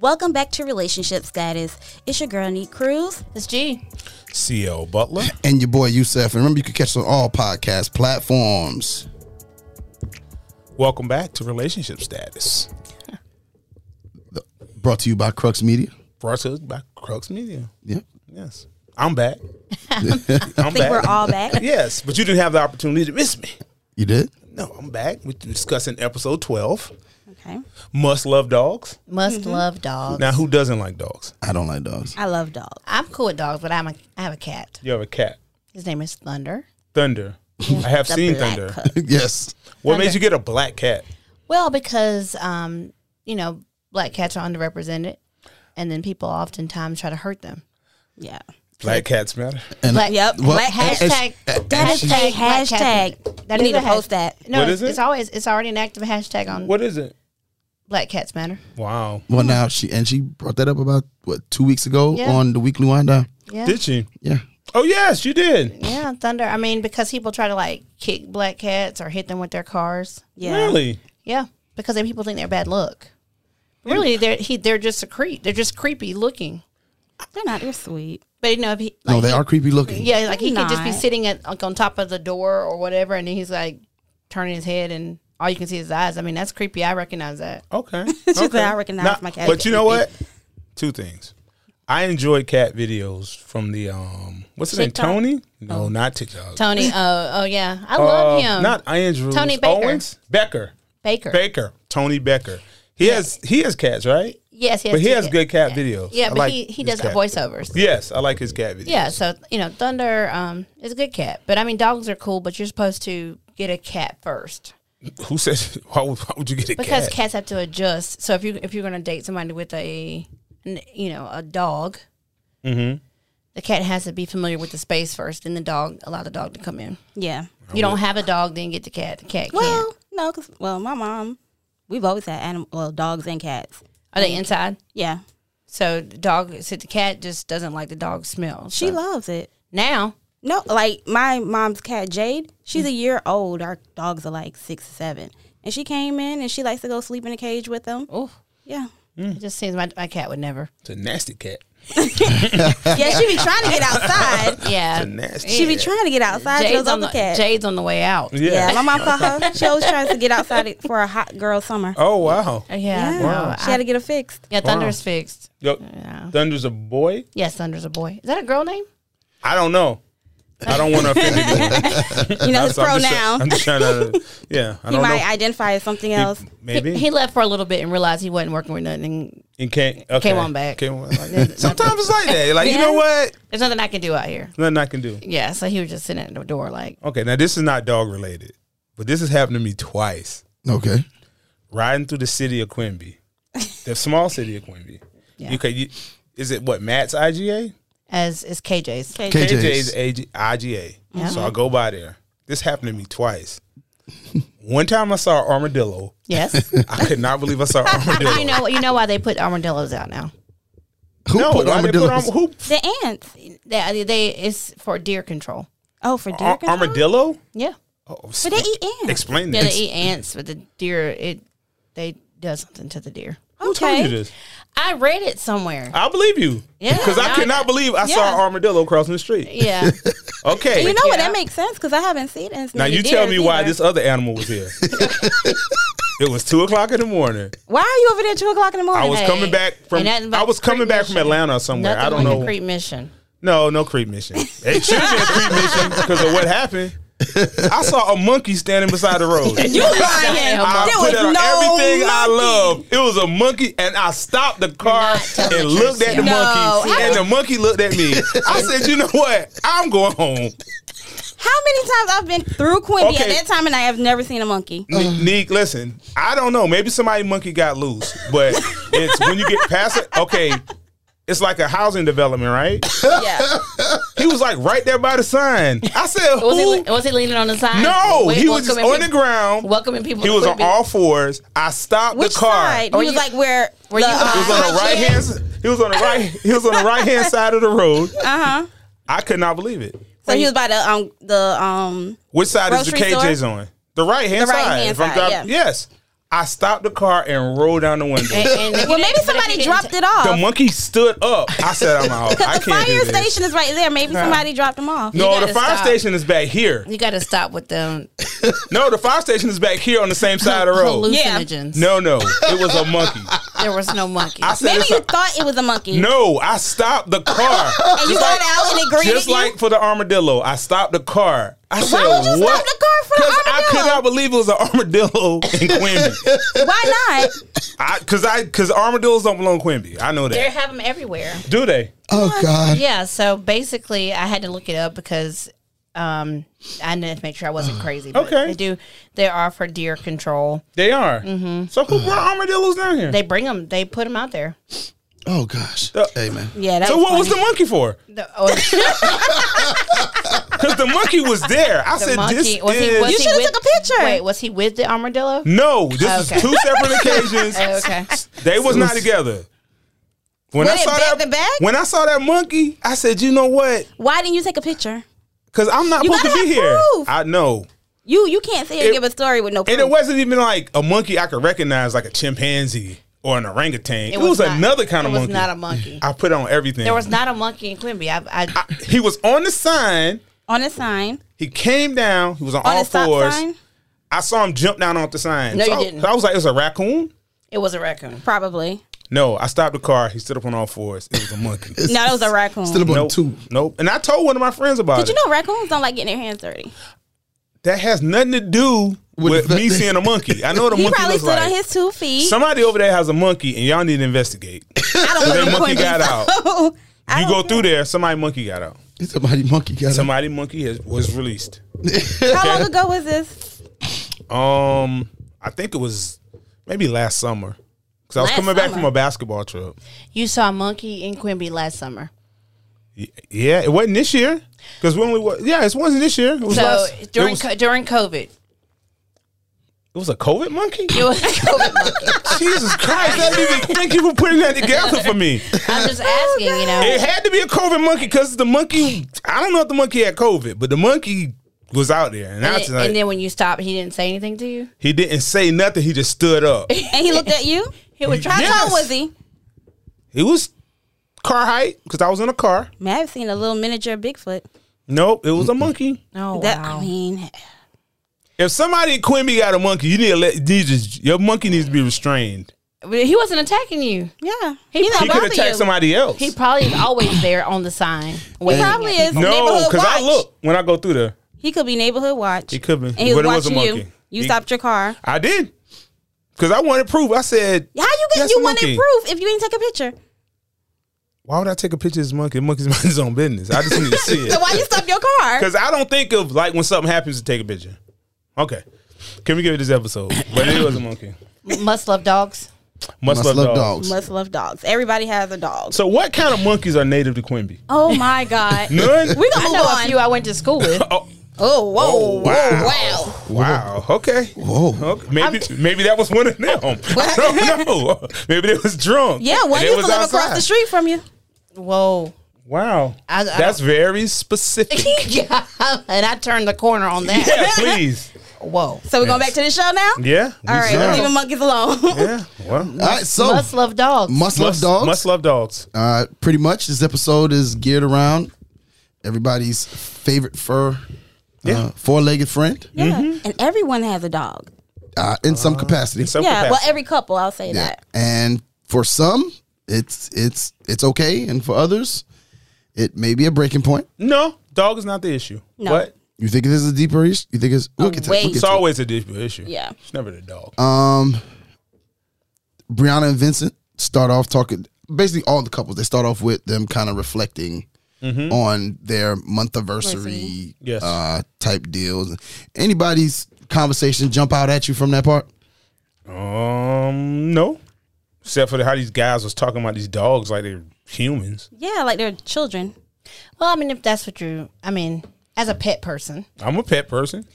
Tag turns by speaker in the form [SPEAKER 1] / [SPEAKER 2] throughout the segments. [SPEAKER 1] Welcome back to Relationship Status. It's your girl, Neat Cruz.
[SPEAKER 2] It's G.
[SPEAKER 3] CL E Butler.
[SPEAKER 4] and your boy Youssef. And remember, you can catch us on all podcast platforms.
[SPEAKER 3] Welcome back to Relationship Status.
[SPEAKER 4] Brought to you by Crux Media.
[SPEAKER 3] Brought to us by Crux Media.
[SPEAKER 4] Yep.
[SPEAKER 3] Yes. I'm back. I'm
[SPEAKER 1] I think we're all back.
[SPEAKER 3] Yes, but you didn't have the opportunity to miss me.
[SPEAKER 4] You did?
[SPEAKER 3] No, I'm back. We're discussing episode 12
[SPEAKER 1] Okay.
[SPEAKER 3] Must Love Dogs.
[SPEAKER 2] Must love dogs.
[SPEAKER 3] Now, who doesn't like dogs?
[SPEAKER 4] I don't like dogs.
[SPEAKER 1] I love dogs.
[SPEAKER 2] I'm cool with dogs, but I'm a I have a cat.
[SPEAKER 3] You have a cat.
[SPEAKER 2] His name is Thunder.
[SPEAKER 3] Thunder. I have
[SPEAKER 1] The
[SPEAKER 3] seen
[SPEAKER 1] black
[SPEAKER 3] Thunder.
[SPEAKER 1] pup.
[SPEAKER 4] yes.
[SPEAKER 3] What
[SPEAKER 2] Thunder.
[SPEAKER 3] made you get a black cat?
[SPEAKER 2] Well, because um, you know, black cats are underrepresented and then people oftentimes try to hurt them.
[SPEAKER 1] Yeah.
[SPEAKER 3] Black cats matter.
[SPEAKER 4] And
[SPEAKER 2] Black,
[SPEAKER 1] Yep.
[SPEAKER 4] Well,
[SPEAKER 1] Black
[SPEAKER 4] and- and-
[SPEAKER 2] hashtag,
[SPEAKER 4] and- and
[SPEAKER 2] hashtag,
[SPEAKER 4] she-
[SPEAKER 1] Hashtag,
[SPEAKER 2] black cat.
[SPEAKER 1] hashtag.
[SPEAKER 2] That
[SPEAKER 1] You
[SPEAKER 2] is
[SPEAKER 1] need
[SPEAKER 2] a
[SPEAKER 1] to
[SPEAKER 2] has-
[SPEAKER 1] post that.
[SPEAKER 2] No,
[SPEAKER 3] What
[SPEAKER 2] it's,
[SPEAKER 3] is it?
[SPEAKER 2] it's always it's already an active hashtag on
[SPEAKER 3] What is it?
[SPEAKER 2] Black Cats Matter.
[SPEAKER 3] Wow.
[SPEAKER 4] Well, now she and she brought that up about what two weeks ago
[SPEAKER 2] Yeah.
[SPEAKER 4] on the weekly wind down.
[SPEAKER 2] Yeah.
[SPEAKER 3] Did she?
[SPEAKER 4] Yeah,
[SPEAKER 3] Oh, yes, you did.
[SPEAKER 2] yeah, Thunder. I mean, because people try to like kick black cats or hit them with their cars.
[SPEAKER 1] Yeah.
[SPEAKER 3] Really?
[SPEAKER 2] Yeah, because then people think they're bad luck. Really, they're he, they're just a creep. They're just creepy looking.
[SPEAKER 1] They're not. They're sweet.
[SPEAKER 2] But you know, if he like,
[SPEAKER 4] no, they are creepy looking.
[SPEAKER 2] yeah, like he
[SPEAKER 1] They're
[SPEAKER 2] could just be
[SPEAKER 1] not.
[SPEAKER 2] sitting at like on top of the door or whatever, and he's like turning his head, and all you can see is his eyes. I mean, that's creepy. I recognize that.
[SPEAKER 3] Okay.
[SPEAKER 1] just
[SPEAKER 3] okay.
[SPEAKER 1] that I recognize
[SPEAKER 3] Nah,
[SPEAKER 1] my cat
[SPEAKER 3] But you know what?
[SPEAKER 1] creepy.
[SPEAKER 3] Two things. I enjoy cat videos from the um what's his name?
[SPEAKER 1] TikTok?
[SPEAKER 3] Tony? No, not TikTok.
[SPEAKER 2] Tony. Oh, oh yeah, I
[SPEAKER 3] Uh,
[SPEAKER 2] love him.
[SPEAKER 3] Not Andrew.
[SPEAKER 2] Tony Baker.
[SPEAKER 3] Owens? Becker.
[SPEAKER 2] Baker.
[SPEAKER 3] Baker. Tony Becker. He has he has cats, right?
[SPEAKER 2] yes, yes,
[SPEAKER 3] But he has
[SPEAKER 2] yeah.
[SPEAKER 3] good cat videos.
[SPEAKER 2] Yeah,
[SPEAKER 3] I
[SPEAKER 2] but
[SPEAKER 3] like
[SPEAKER 2] he he does
[SPEAKER 3] his cat.
[SPEAKER 2] voiceovers.
[SPEAKER 3] Yes, I like his cat videos.
[SPEAKER 2] Yeah, so you know, Thunder um, is a good cat, but I mean, dogs are cool, but you're supposed to get a cat first
[SPEAKER 3] Who says why would, why would you get a
[SPEAKER 2] because
[SPEAKER 3] cat?
[SPEAKER 2] cats have to adjust. So if you if you're going to date somebody with a n- you know a dog,
[SPEAKER 3] Mm-hmm.
[SPEAKER 2] the cat has to be familiar with the space first, then the dog allow the dog to come in.
[SPEAKER 1] Yeah.
[SPEAKER 2] If you don't have a dog, then get the cat. The cat
[SPEAKER 1] Well, no, 'cause well, my mom, we've always had animal, well, dogs and cats.
[SPEAKER 2] can't. Are they inside?
[SPEAKER 1] Yeah.
[SPEAKER 2] So the dog, so the cat just doesn't like the dog smell.
[SPEAKER 1] She
[SPEAKER 2] so.
[SPEAKER 1] loves it.
[SPEAKER 2] now.
[SPEAKER 1] No, like my mom's cat Jade, she's a year old. Our dogs are like six or seven. And she came in and she likes to go sleep in a cage with them.
[SPEAKER 2] Oh,
[SPEAKER 1] Yeah.
[SPEAKER 3] Hmm.
[SPEAKER 2] it just seems my, my cat would never.
[SPEAKER 3] It's a nasty cat.
[SPEAKER 1] Yeah, she be trying to get outside.
[SPEAKER 2] Yeah,
[SPEAKER 3] It's a nasty
[SPEAKER 1] She be
[SPEAKER 3] cat.
[SPEAKER 1] trying to get outside to
[SPEAKER 2] Jade's
[SPEAKER 1] those
[SPEAKER 2] on
[SPEAKER 1] other
[SPEAKER 2] the
[SPEAKER 1] cats.
[SPEAKER 2] Jade's on the way out.
[SPEAKER 1] Yeah. my mom caught her. She always tries to get outside for a hot girl summer.
[SPEAKER 3] Oh wow.
[SPEAKER 2] Yeah,
[SPEAKER 1] Yeah.
[SPEAKER 2] no,
[SPEAKER 1] She had
[SPEAKER 2] I-
[SPEAKER 1] to get her fixed.
[SPEAKER 2] yeah. Thunder's fixed.
[SPEAKER 3] Yo,
[SPEAKER 2] Yeah.
[SPEAKER 3] Thunder's a boy?
[SPEAKER 2] Yes, Thunder's a boy. Is that a girl name?
[SPEAKER 3] I don't know. I don't want to offend anyone.
[SPEAKER 1] You know, his
[SPEAKER 3] So I'm just try-
[SPEAKER 1] pronoun.
[SPEAKER 3] I'm just trying to. Yeah, I
[SPEAKER 1] He
[SPEAKER 3] don't
[SPEAKER 1] might
[SPEAKER 3] know.
[SPEAKER 1] identify as something else.
[SPEAKER 3] Maybe
[SPEAKER 2] He left for a little bit and realized he wasn't working with nothing.
[SPEAKER 3] and came, okay.
[SPEAKER 2] Came on back.
[SPEAKER 3] Came on like that. Sometimes it's like that. Like you know
[SPEAKER 1] Yeah.
[SPEAKER 3] what?
[SPEAKER 2] There's nothing I can do out here.
[SPEAKER 3] Nothing I can do.
[SPEAKER 2] Yeah, so he was just sitting at the door like,
[SPEAKER 3] Okay, now this is not dog related, but this has happened to me twice.
[SPEAKER 4] Okay.
[SPEAKER 3] Riding through the city of Quimby, the small city of Quimby.
[SPEAKER 2] Yeah.
[SPEAKER 3] Okay, you, is it what Matt's IGA?
[SPEAKER 2] as is KJ's.
[SPEAKER 1] Okay.
[SPEAKER 4] KJ's.
[SPEAKER 3] KJ's AG, IGA. So I go by there. This happened to me twice. One time I saw an armadillo.
[SPEAKER 2] Yes.
[SPEAKER 3] I could not believe I saw an armadillo.
[SPEAKER 2] you know you know why they put armadillos out now.
[SPEAKER 4] Who
[SPEAKER 3] no,
[SPEAKER 4] put
[SPEAKER 3] why they put
[SPEAKER 4] armadillos?
[SPEAKER 3] arm- who
[SPEAKER 1] The ants.
[SPEAKER 2] They, they it's for deer control.
[SPEAKER 1] Oh, for deer
[SPEAKER 3] Ar-
[SPEAKER 1] control?
[SPEAKER 3] armadillo?
[SPEAKER 2] Yeah.
[SPEAKER 3] Oh,
[SPEAKER 1] But they eat ants.
[SPEAKER 3] Explain
[SPEAKER 2] Yeah,
[SPEAKER 3] that.
[SPEAKER 2] they eat ants, but the deer it they does something to the deer.
[SPEAKER 3] Who told you this?
[SPEAKER 2] I read it somewhere.
[SPEAKER 3] I believe you.
[SPEAKER 2] Yeah,
[SPEAKER 3] Because I
[SPEAKER 2] no,
[SPEAKER 3] could not believe I saw
[SPEAKER 2] yeah.
[SPEAKER 3] an armadillo crossing the street.
[SPEAKER 2] Yeah.
[SPEAKER 3] Okay.
[SPEAKER 1] You know what?
[SPEAKER 2] Yeah.
[SPEAKER 1] That makes sense because I haven't seen it.
[SPEAKER 3] now you tell me why this other animal was here. it was two o'clock in the morning.
[SPEAKER 1] Why are you over there at two o'clock in the morning?
[SPEAKER 3] I was coming back from
[SPEAKER 2] ain't nothing but
[SPEAKER 3] I was coming
[SPEAKER 2] creep
[SPEAKER 3] back from
[SPEAKER 2] mission.
[SPEAKER 3] Atlanta or somewhere.
[SPEAKER 2] nothing
[SPEAKER 3] I don't
[SPEAKER 2] like
[SPEAKER 3] know.
[SPEAKER 2] a creep mission.
[SPEAKER 3] No, no creep mission. It should have been a creep mission because of what happened. I saw a monkey standing beside the road.
[SPEAKER 1] You lying.
[SPEAKER 2] I
[SPEAKER 3] I
[SPEAKER 1] There
[SPEAKER 3] put
[SPEAKER 1] was
[SPEAKER 3] it on
[SPEAKER 1] no
[SPEAKER 3] everything I
[SPEAKER 1] monkey.
[SPEAKER 3] love. It was a monkey, and I stopped the car
[SPEAKER 2] telling the
[SPEAKER 3] and
[SPEAKER 2] truth,
[SPEAKER 3] looked at the
[SPEAKER 2] Sam.
[SPEAKER 1] No,
[SPEAKER 3] monkey,
[SPEAKER 1] how
[SPEAKER 3] and the monkey looked at me. I said, "You know what? I'm going home."
[SPEAKER 1] How many times I've been through Quimby at
[SPEAKER 3] Okay.
[SPEAKER 1] that time and I have never seen a monkey.
[SPEAKER 3] Ne- Neek, listen, I don't know. Maybe somebody monkey got loose, but it's when you get past it. Okay, it's like a housing development, right?
[SPEAKER 1] yeah.
[SPEAKER 3] He was like right there by the sign. I said,
[SPEAKER 2] Was he,
[SPEAKER 3] "Who?"
[SPEAKER 2] le- was he leaning on the side?
[SPEAKER 3] No,
[SPEAKER 2] Wa-
[SPEAKER 3] he was just
[SPEAKER 2] welcoming
[SPEAKER 3] on the
[SPEAKER 2] people-
[SPEAKER 3] ground.
[SPEAKER 2] Welcoming people.
[SPEAKER 3] He
[SPEAKER 2] to
[SPEAKER 3] was on
[SPEAKER 2] Quimby.
[SPEAKER 3] all fours. I stopped
[SPEAKER 1] Which
[SPEAKER 3] the car.
[SPEAKER 1] side?
[SPEAKER 2] Or
[SPEAKER 1] he was
[SPEAKER 2] you-
[SPEAKER 1] like where um,
[SPEAKER 2] Were you
[SPEAKER 3] He was on the right hand. He was on the right. He was on the right hand side of the road.
[SPEAKER 1] Uh huh.
[SPEAKER 3] I could not believe it.
[SPEAKER 1] So he was by the um the um
[SPEAKER 3] Which side is the
[SPEAKER 1] Grocery
[SPEAKER 3] KJ's on? The right hand
[SPEAKER 1] The
[SPEAKER 3] side.
[SPEAKER 1] right-hand
[SPEAKER 3] If I'm
[SPEAKER 1] side,
[SPEAKER 3] driving-
[SPEAKER 1] yeah.
[SPEAKER 3] Yes. I stopped the car and rolled down the
[SPEAKER 2] And,
[SPEAKER 3] window.
[SPEAKER 2] and if you
[SPEAKER 1] Well, maybe
[SPEAKER 2] didn't- but if you
[SPEAKER 1] somebody
[SPEAKER 2] didn't
[SPEAKER 1] dropped
[SPEAKER 2] ta-
[SPEAKER 1] it off.
[SPEAKER 3] the monkey stood up. I said, "I'm out. I
[SPEAKER 1] Because the
[SPEAKER 3] can't do
[SPEAKER 1] fire
[SPEAKER 3] this."
[SPEAKER 1] station is right there. Maybe somebody dropped them off.
[SPEAKER 3] no,
[SPEAKER 2] You
[SPEAKER 3] the
[SPEAKER 2] gotta
[SPEAKER 3] fire
[SPEAKER 2] stop.
[SPEAKER 3] station is back here.
[SPEAKER 2] You got to stop with them
[SPEAKER 3] No, the fire station is back here on the same side of the road.
[SPEAKER 1] Yeah.
[SPEAKER 2] hallucinogens.
[SPEAKER 3] No, no, it was a monkey.
[SPEAKER 2] There was no monkey.
[SPEAKER 3] I said,
[SPEAKER 1] Maybe
[SPEAKER 3] it's
[SPEAKER 1] you
[SPEAKER 3] a-
[SPEAKER 1] thought it was a monkey.
[SPEAKER 3] "No, I stopped the car."
[SPEAKER 1] And you got out and it greeted
[SPEAKER 3] Just
[SPEAKER 1] you.
[SPEAKER 3] like for the armadillo, I stopped the car. I said,
[SPEAKER 1] would you stop
[SPEAKER 3] "What?"
[SPEAKER 1] the car for the
[SPEAKER 3] 'Cause I could
[SPEAKER 1] armadillo?
[SPEAKER 3] not believe it was an armadillo in Quimby.
[SPEAKER 1] Why not?
[SPEAKER 3] I, cause I, cause armadillos don't belong in Quimby. I know that.
[SPEAKER 2] they have them everywhere.
[SPEAKER 3] Do they?
[SPEAKER 4] Oh God.
[SPEAKER 2] Yeah. So basically, I had to look it up because um, I needed to make sure I wasn't crazy. But
[SPEAKER 3] Okay.
[SPEAKER 2] They do. They are for deer control.
[SPEAKER 3] They are. So who brought armadillos down here?
[SPEAKER 2] Mm-hmm. They bring them. They put them out there.
[SPEAKER 4] Oh gosh.
[SPEAKER 3] Uh,
[SPEAKER 4] hey man.
[SPEAKER 1] Yeah, that
[SPEAKER 3] so
[SPEAKER 1] was
[SPEAKER 3] what was the
[SPEAKER 1] funny.
[SPEAKER 3] monkey for?
[SPEAKER 2] The- oh, the
[SPEAKER 3] Because the monkey was there. I said
[SPEAKER 2] monkey
[SPEAKER 3] this
[SPEAKER 2] was
[SPEAKER 3] is
[SPEAKER 2] he? Was
[SPEAKER 1] You
[SPEAKER 2] he
[SPEAKER 1] should've
[SPEAKER 2] with-
[SPEAKER 1] took a picture.
[SPEAKER 2] Wait, was he with the armadillo?
[SPEAKER 3] no. This
[SPEAKER 2] Okay.
[SPEAKER 3] is two separate occasions.
[SPEAKER 2] Okay.
[SPEAKER 3] They was not together. When
[SPEAKER 1] Were they back to back?
[SPEAKER 3] when I saw that monkey, I said, you know what?
[SPEAKER 1] Why didn't you take a picture?
[SPEAKER 3] Because I'm not
[SPEAKER 1] You
[SPEAKER 3] supposed to
[SPEAKER 1] gotta
[SPEAKER 3] be
[SPEAKER 1] have
[SPEAKER 3] here.
[SPEAKER 1] proof.
[SPEAKER 3] I know.
[SPEAKER 1] You you can't sit here and
[SPEAKER 3] It-
[SPEAKER 1] give a story with no proof.
[SPEAKER 3] And it wasn't even like a monkey I could recognize, like a chimpanzee or an orangutan. It, was,
[SPEAKER 2] not-
[SPEAKER 3] another kind of
[SPEAKER 2] It was
[SPEAKER 3] monkey.
[SPEAKER 2] not a monkey.
[SPEAKER 3] I put it on everything.
[SPEAKER 2] There was not a monkey in Quimby. I, I
[SPEAKER 3] he was on the sign.
[SPEAKER 1] on a sign.
[SPEAKER 3] He came down. He was on,
[SPEAKER 1] On
[SPEAKER 3] all
[SPEAKER 1] a stop
[SPEAKER 3] fours.
[SPEAKER 1] sign?
[SPEAKER 3] I saw him jump down off the sign.
[SPEAKER 2] No,
[SPEAKER 3] So
[SPEAKER 2] you
[SPEAKER 3] I-
[SPEAKER 2] didn't.
[SPEAKER 3] so I was like, "It's a raccoon."
[SPEAKER 2] it was a raccoon.
[SPEAKER 1] Probably.
[SPEAKER 3] No, I stopped the car. He stood up on all fours. It was a monkey.
[SPEAKER 1] No, it was a raccoon.
[SPEAKER 4] Still about
[SPEAKER 3] nope,
[SPEAKER 4] two.
[SPEAKER 3] nope. And I told one of my friends about
[SPEAKER 1] Did
[SPEAKER 3] it.
[SPEAKER 1] you know raccoons don't like getting their hands dirty?
[SPEAKER 3] that has nothing to do with,
[SPEAKER 4] With the-
[SPEAKER 3] me seeing a monkey. I know what a
[SPEAKER 1] He
[SPEAKER 3] monkey
[SPEAKER 1] probably
[SPEAKER 3] looks
[SPEAKER 1] stood
[SPEAKER 3] like.
[SPEAKER 1] on his two feet.
[SPEAKER 3] Somebody over there has a monkey, and y'all need to investigate.
[SPEAKER 1] I don't
[SPEAKER 3] that
[SPEAKER 1] live in
[SPEAKER 3] monkey
[SPEAKER 1] Quincy,
[SPEAKER 3] got out.
[SPEAKER 1] so I
[SPEAKER 3] You
[SPEAKER 1] don't
[SPEAKER 3] go through there. Somebody monkey got out.
[SPEAKER 4] Somebody monkey got him.
[SPEAKER 3] Somebody monkey has, was released.
[SPEAKER 1] know. How long ago was this?
[SPEAKER 3] Um, I think it was maybe last summer because I was
[SPEAKER 1] Last
[SPEAKER 3] coming back
[SPEAKER 1] summer.
[SPEAKER 3] from a basketball trip.
[SPEAKER 2] You saw a monkey in Quimby last summer.
[SPEAKER 3] Y- Yeah, it wasn't this year because we only wa- yeah, it wasn't this year. It was
[SPEAKER 2] So
[SPEAKER 3] last, it
[SPEAKER 2] during
[SPEAKER 3] was-
[SPEAKER 2] co- during COVID,
[SPEAKER 3] It was a COVID monkey?
[SPEAKER 2] it was a COVID monkey.
[SPEAKER 3] Jesus Christ. I didn't even thank you for putting that together for me.
[SPEAKER 2] I'm just
[SPEAKER 3] Oh,
[SPEAKER 2] asking, you know.
[SPEAKER 3] It had to be a COVID monkey because the monkey, I don't know if the monkey had COVID, but the monkey was out there. And, I
[SPEAKER 2] and,
[SPEAKER 3] was like,
[SPEAKER 2] and then when you stopped, he didn't say anything to you.
[SPEAKER 3] he didn't say nothing. He just stood up.
[SPEAKER 1] And he looked at you?
[SPEAKER 2] He was
[SPEAKER 1] How
[SPEAKER 2] trying
[SPEAKER 3] Yes.
[SPEAKER 1] tall was he?
[SPEAKER 3] He was car height because I was in a car.
[SPEAKER 1] Man, I've seen a little miniature Bigfoot.
[SPEAKER 3] Nope, it was a monkey.
[SPEAKER 2] to. Oh
[SPEAKER 1] That
[SPEAKER 2] wow.
[SPEAKER 1] I mean,
[SPEAKER 3] If somebody in Quimby got a monkey, you need to let, you just, your monkey needs to be restrained.
[SPEAKER 2] But he wasn't attacking you.
[SPEAKER 1] yeah.
[SPEAKER 2] He
[SPEAKER 1] He's
[SPEAKER 2] probably-
[SPEAKER 3] He
[SPEAKER 1] not
[SPEAKER 3] could
[SPEAKER 1] bothering
[SPEAKER 3] attack
[SPEAKER 1] you.
[SPEAKER 3] somebody else.
[SPEAKER 2] He probably is always there on the sign.
[SPEAKER 1] He
[SPEAKER 2] waving
[SPEAKER 1] probably
[SPEAKER 2] at
[SPEAKER 1] is
[SPEAKER 2] people.
[SPEAKER 3] no,
[SPEAKER 1] neighborhood
[SPEAKER 3] because I
[SPEAKER 1] watch.
[SPEAKER 3] look when I go through there.
[SPEAKER 1] He could be neighborhood watch.
[SPEAKER 3] He could be.
[SPEAKER 1] And he was
[SPEAKER 3] But it was a
[SPEAKER 1] watching you.
[SPEAKER 3] monkey.
[SPEAKER 1] You
[SPEAKER 3] He-
[SPEAKER 1] stopped your car.
[SPEAKER 3] I did. Because I wanted proof. I said,
[SPEAKER 1] How you get
[SPEAKER 3] "That's a
[SPEAKER 1] you wanted
[SPEAKER 3] monkey."
[SPEAKER 1] proof if you didn't take a picture?
[SPEAKER 3] Why would I take a picture of this monkey? The monkey's minding his own business. I just need to see it.
[SPEAKER 1] So why you stop your car?
[SPEAKER 3] Because I don't think of like when something happens to take a picture. Okay. Can we give it this episode? But it was a monkey.
[SPEAKER 2] Must love dogs.
[SPEAKER 3] Must,
[SPEAKER 4] Must
[SPEAKER 3] love,
[SPEAKER 4] love
[SPEAKER 3] dogs.
[SPEAKER 4] dogs.
[SPEAKER 1] Must love dogs. Everybody has a dog.
[SPEAKER 3] So what kind of monkeys are native to Quimby?
[SPEAKER 1] Oh my god.
[SPEAKER 3] None?
[SPEAKER 1] We gonna
[SPEAKER 2] I
[SPEAKER 1] move
[SPEAKER 2] know a
[SPEAKER 1] on.
[SPEAKER 2] few I went to school with.
[SPEAKER 1] oh whoa
[SPEAKER 3] Oh, wow.
[SPEAKER 1] whoa wow.
[SPEAKER 3] wow. Okay.
[SPEAKER 4] Whoa.
[SPEAKER 3] Okay. Maybe maybe that was one of them. I don't know. Maybe they was drunk.
[SPEAKER 1] Oh. Yeah, one used
[SPEAKER 3] and
[SPEAKER 1] to
[SPEAKER 3] they was
[SPEAKER 1] live across
[SPEAKER 3] outside.
[SPEAKER 1] the street from you.
[SPEAKER 2] Whoa.
[SPEAKER 3] Wow.
[SPEAKER 2] I- I
[SPEAKER 3] That's very specific.
[SPEAKER 2] yeah, and I turned the corner on that.
[SPEAKER 3] yeah, please.
[SPEAKER 2] Whoa.
[SPEAKER 1] So we're going back to the show now.
[SPEAKER 3] Yeah. we
[SPEAKER 1] All right,
[SPEAKER 3] should.
[SPEAKER 1] we're leaving monkeys alone.
[SPEAKER 3] Yeah. Well.
[SPEAKER 4] All right, so
[SPEAKER 2] Must
[SPEAKER 4] must,
[SPEAKER 2] love dogs.
[SPEAKER 4] love dogs.
[SPEAKER 3] Oh. Must love dogs.
[SPEAKER 4] Uh, pretty much, this episode is geared around everybody's favorite fur, uh, four-legged friend,
[SPEAKER 1] Yeah.
[SPEAKER 3] Mm-hmm.
[SPEAKER 1] And everyone has a dog.
[SPEAKER 4] uh, in some capacity.
[SPEAKER 3] So
[SPEAKER 1] Yeah, well,
[SPEAKER 3] capacity.
[SPEAKER 1] every couple, I'll say
[SPEAKER 4] Yeah.
[SPEAKER 1] that.
[SPEAKER 4] And for some, it's it's it's okay, and for others, it may be a breaking point.
[SPEAKER 3] no, dog is not the issue.
[SPEAKER 1] No.
[SPEAKER 3] What?
[SPEAKER 4] You think this is a deeper issue? You think it's look at
[SPEAKER 1] way-
[SPEAKER 4] look
[SPEAKER 3] It's
[SPEAKER 4] at
[SPEAKER 3] always a different issue.
[SPEAKER 1] Yeah.
[SPEAKER 3] It's never the dog.
[SPEAKER 4] Um, Brianna and Vincent start off talking. Basically, all the couples they start off with them kind of reflecting on their month anniversary,
[SPEAKER 3] Mm-hmm. Yes.
[SPEAKER 4] uh, type deals. Anybody's conversation jump out at you from that part?
[SPEAKER 3] Um, no. Except for the, how these guys was talking about these dogs like they're humans.
[SPEAKER 1] Yeah, like they're children.
[SPEAKER 2] Well, I mean, if that's what you, I mean, as a pet person.
[SPEAKER 3] I'm a pet person.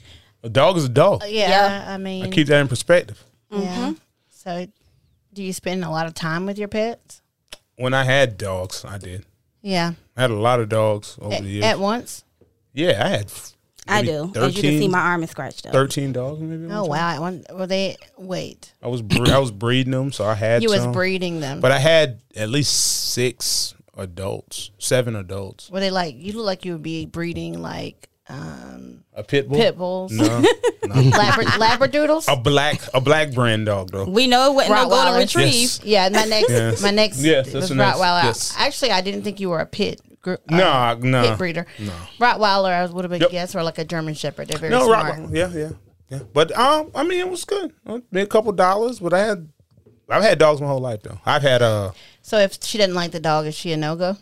[SPEAKER 3] A dog is a dog.
[SPEAKER 1] Oh,
[SPEAKER 2] Yeah. Mm-hmm.
[SPEAKER 1] Yeah.
[SPEAKER 2] I mean,
[SPEAKER 3] Keep that in perspective.
[SPEAKER 2] yeah. So, do you spend a lot of time with your pets?
[SPEAKER 3] When I had dogs, I did.
[SPEAKER 2] Yeah.
[SPEAKER 3] I had a lot of dogs over
[SPEAKER 2] At,
[SPEAKER 3] the years.
[SPEAKER 2] at once?
[SPEAKER 3] yeah, I had.
[SPEAKER 1] I
[SPEAKER 3] maybe
[SPEAKER 1] do. As you can see,
[SPEAKER 3] 13?
[SPEAKER 1] my arm is scratched up.
[SPEAKER 3] Thirteen dogs, maybe.
[SPEAKER 2] Oh wow! I want- Were they? Wait,
[SPEAKER 3] I was bre- I was breeding them, so I had.
[SPEAKER 2] you was
[SPEAKER 3] some.
[SPEAKER 2] breeding them.
[SPEAKER 3] but I had at least six adults, seven adults.
[SPEAKER 2] were they like? You look like you would be breeding like um,
[SPEAKER 3] A pit bull.
[SPEAKER 2] pit bulls,
[SPEAKER 3] No, no.
[SPEAKER 2] Labra- labradoodles.
[SPEAKER 3] a black a black brand dog though.
[SPEAKER 1] We know it wasn't no golden
[SPEAKER 2] Rottweilers.
[SPEAKER 1] retrieve.
[SPEAKER 3] Yes.
[SPEAKER 2] Yeah, my next,
[SPEAKER 3] Yes.
[SPEAKER 2] my next
[SPEAKER 3] Yes, that's
[SPEAKER 2] was
[SPEAKER 3] the next-
[SPEAKER 2] Rottweiler.
[SPEAKER 3] yes.
[SPEAKER 2] Actually, I didn't think you were a pit. Gr- uh,
[SPEAKER 3] Nah, nah.
[SPEAKER 2] pit breeder. Rottweiler, I would have been
[SPEAKER 3] Yep.
[SPEAKER 2] guess, or like a German Shepherd. They're very
[SPEAKER 3] No,
[SPEAKER 2] smart.
[SPEAKER 3] Rottweiler. Yeah, yeah, yeah. But um, I mean, it was good. I made a couple dollars, but I had I've had dogs my whole life though. I've had uh,
[SPEAKER 2] So if she doesn't like the dog, is she a no go?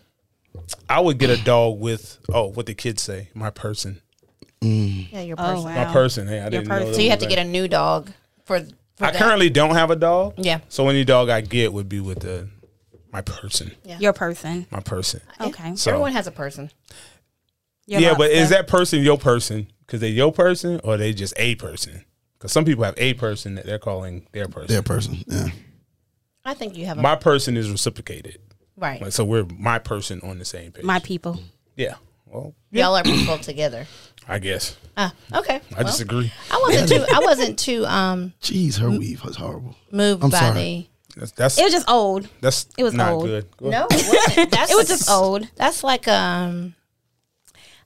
[SPEAKER 3] I would get a dog with oh, what the kids say, my person,
[SPEAKER 2] Yeah, your person.
[SPEAKER 1] Oh wow.
[SPEAKER 3] my person. Hey, I didn't know.
[SPEAKER 1] person.
[SPEAKER 3] that
[SPEAKER 2] So you have
[SPEAKER 3] was
[SPEAKER 2] to
[SPEAKER 3] a
[SPEAKER 2] get a new dog for. for
[SPEAKER 3] I
[SPEAKER 2] that.
[SPEAKER 3] currently don't have a dog.
[SPEAKER 2] Yeah.
[SPEAKER 3] So any dog I get would be with the my person,
[SPEAKER 1] Your person.
[SPEAKER 3] my person.
[SPEAKER 1] Okay.
[SPEAKER 3] So
[SPEAKER 2] Everyone has a person.
[SPEAKER 1] Your
[SPEAKER 3] yeah, but is
[SPEAKER 1] lobster.
[SPEAKER 3] that person your person? Because they your person or they just a person? Because some people have a person that they're calling their person.
[SPEAKER 4] Their person. Yeah.
[SPEAKER 2] I think you have a
[SPEAKER 3] My person is reciprocated.
[SPEAKER 2] right.
[SPEAKER 3] Like, so we're my person on the same page.
[SPEAKER 1] my people?
[SPEAKER 3] yeah. Well,
[SPEAKER 2] Y'all are people together.
[SPEAKER 3] I guess
[SPEAKER 2] Ah, okay.
[SPEAKER 3] I disagree.
[SPEAKER 2] I wasn't too. I wasn't too um
[SPEAKER 4] Jeez, her weave was horrible.
[SPEAKER 2] moved by
[SPEAKER 4] sorry.
[SPEAKER 3] That's that's
[SPEAKER 1] It was just old.
[SPEAKER 3] that's
[SPEAKER 1] it was
[SPEAKER 3] not
[SPEAKER 1] old.
[SPEAKER 3] good.
[SPEAKER 2] the.
[SPEAKER 3] Go
[SPEAKER 2] No,
[SPEAKER 3] ahead.
[SPEAKER 2] it wasn't. that's
[SPEAKER 1] It was just old.
[SPEAKER 2] That's like um.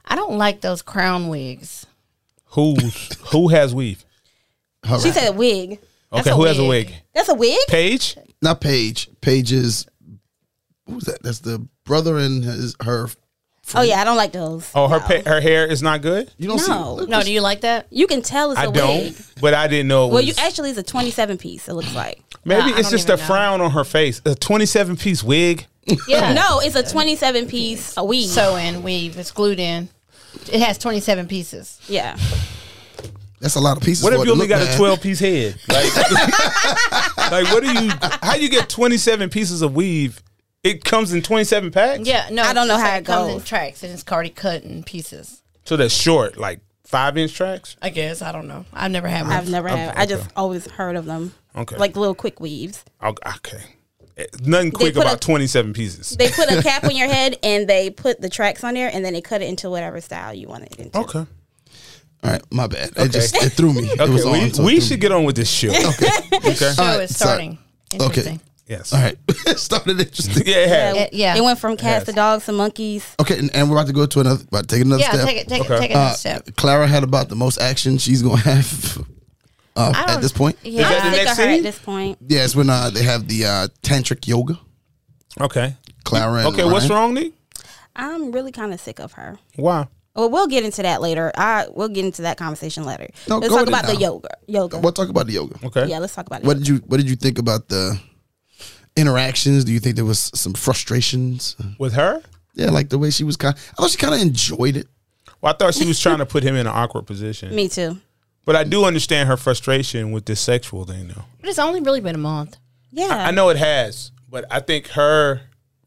[SPEAKER 2] I don't like those crown wigs.
[SPEAKER 3] Who's who has weave?
[SPEAKER 4] Her
[SPEAKER 1] She said wig.
[SPEAKER 3] Okay,
[SPEAKER 2] a
[SPEAKER 3] who has a
[SPEAKER 2] wig.
[SPEAKER 3] wig?
[SPEAKER 1] That's a wig.
[SPEAKER 3] Paige.
[SPEAKER 4] not Paige. Paige is what was that? That's the brother and his her.
[SPEAKER 1] Oh yeah, I don't like those.
[SPEAKER 3] Oh, her pa- her hair is not good.
[SPEAKER 4] You don't
[SPEAKER 1] No.
[SPEAKER 4] see. look,
[SPEAKER 2] No, do you like that?
[SPEAKER 1] You can tell it's a
[SPEAKER 3] I don't,
[SPEAKER 1] wig.
[SPEAKER 3] but I didn't know. It
[SPEAKER 1] Well,
[SPEAKER 3] was,
[SPEAKER 1] you actually it's a twenty-seven piece. It looks like.
[SPEAKER 3] maybe
[SPEAKER 2] Nah, I
[SPEAKER 3] it's
[SPEAKER 2] don't
[SPEAKER 3] just a
[SPEAKER 2] even know.
[SPEAKER 3] frown on her face. A twenty-seven piece wig.
[SPEAKER 2] Yeah.
[SPEAKER 1] No, it's a twenty-seven piece a wig. So
[SPEAKER 2] Sew in, weave, it's glued in. It has twenty seven pieces.
[SPEAKER 1] yeah,
[SPEAKER 4] That's a lot of pieces.
[SPEAKER 3] What if
[SPEAKER 4] for
[SPEAKER 3] you
[SPEAKER 4] it to
[SPEAKER 3] only
[SPEAKER 4] look
[SPEAKER 3] got a
[SPEAKER 4] bad.
[SPEAKER 3] twelve piece head? Like, like what do you? How you get twenty-seven pieces of weave? It comes in twenty-seven packs.
[SPEAKER 2] Yeah, no,
[SPEAKER 1] I don't
[SPEAKER 2] it's
[SPEAKER 1] know
[SPEAKER 2] just
[SPEAKER 1] how
[SPEAKER 2] like
[SPEAKER 1] it
[SPEAKER 2] comes in
[SPEAKER 1] goes.
[SPEAKER 2] tracks and it's already cut in pieces.
[SPEAKER 3] So that's short, like five-inch tracks.
[SPEAKER 2] I guess I don't know. I've never had one.
[SPEAKER 1] I've never had. I just always heard of them.
[SPEAKER 3] Okay.
[SPEAKER 1] like little quick weaves.
[SPEAKER 3] Oh, Okay, Eh, nothing quick
[SPEAKER 1] put
[SPEAKER 3] about
[SPEAKER 1] a-
[SPEAKER 3] twenty-seven pieces.
[SPEAKER 1] They put a cap on your head and they put the tracks on there and then they cut it into whatever style you want it into.
[SPEAKER 3] okay.
[SPEAKER 4] All right, my bad. It just it threw me. It was
[SPEAKER 3] Okay,
[SPEAKER 4] on. so
[SPEAKER 3] we, we
[SPEAKER 4] it threw
[SPEAKER 3] should get on with this show. okay.
[SPEAKER 2] So
[SPEAKER 4] All right,
[SPEAKER 2] it's
[SPEAKER 4] sorry.
[SPEAKER 2] starting. Interesting.
[SPEAKER 3] Yes.
[SPEAKER 4] me. All right, started interesting.
[SPEAKER 3] Yeah, it has.
[SPEAKER 1] Yeah,
[SPEAKER 2] It- yeah.
[SPEAKER 1] It went from cats to dogs to monkeys.
[SPEAKER 4] Okay, and, and we're about to go to another. About to take another
[SPEAKER 2] Yeah,
[SPEAKER 4] step. Uh,
[SPEAKER 2] take it take
[SPEAKER 3] Okay.
[SPEAKER 2] it take it another step.
[SPEAKER 4] Clara had about the most action she's gonna have uh,
[SPEAKER 2] I
[SPEAKER 4] at
[SPEAKER 2] don't-
[SPEAKER 4] this point.
[SPEAKER 2] Yeah.
[SPEAKER 3] Is that the
[SPEAKER 1] Sick
[SPEAKER 3] next
[SPEAKER 1] of her
[SPEAKER 3] scene?
[SPEAKER 1] at this point.
[SPEAKER 4] Yes, when uh, they have the uh, tantric yoga.
[SPEAKER 3] Okay.
[SPEAKER 4] Clara. And
[SPEAKER 3] Okay, what's
[SPEAKER 4] Ryan.
[SPEAKER 3] wrong, Nick?
[SPEAKER 1] I'm really kind of sick of her.
[SPEAKER 3] Why?
[SPEAKER 1] Well, we'll get into that later. I we'll get into that conversation later.
[SPEAKER 4] No,
[SPEAKER 1] let's
[SPEAKER 4] go
[SPEAKER 1] talk
[SPEAKER 4] with it
[SPEAKER 1] about the
[SPEAKER 4] now.
[SPEAKER 1] yoga. Yoga.
[SPEAKER 4] We'll talk about the yoga.
[SPEAKER 3] Okay.
[SPEAKER 1] Yeah, let's talk about
[SPEAKER 4] What
[SPEAKER 1] it.
[SPEAKER 4] did you What did you think about the interactions? Do you think there was some frustrations?
[SPEAKER 3] With her?
[SPEAKER 4] Yeah, like the way she was kind. I thought she kind of enjoyed it.
[SPEAKER 3] Well, I thought she was trying to put him in an awkward position.
[SPEAKER 1] Me too.
[SPEAKER 3] But I do understand her frustration with this sexual thing, though.
[SPEAKER 2] But it's only really been a month.
[SPEAKER 1] Yeah.
[SPEAKER 3] I know it has, but I think her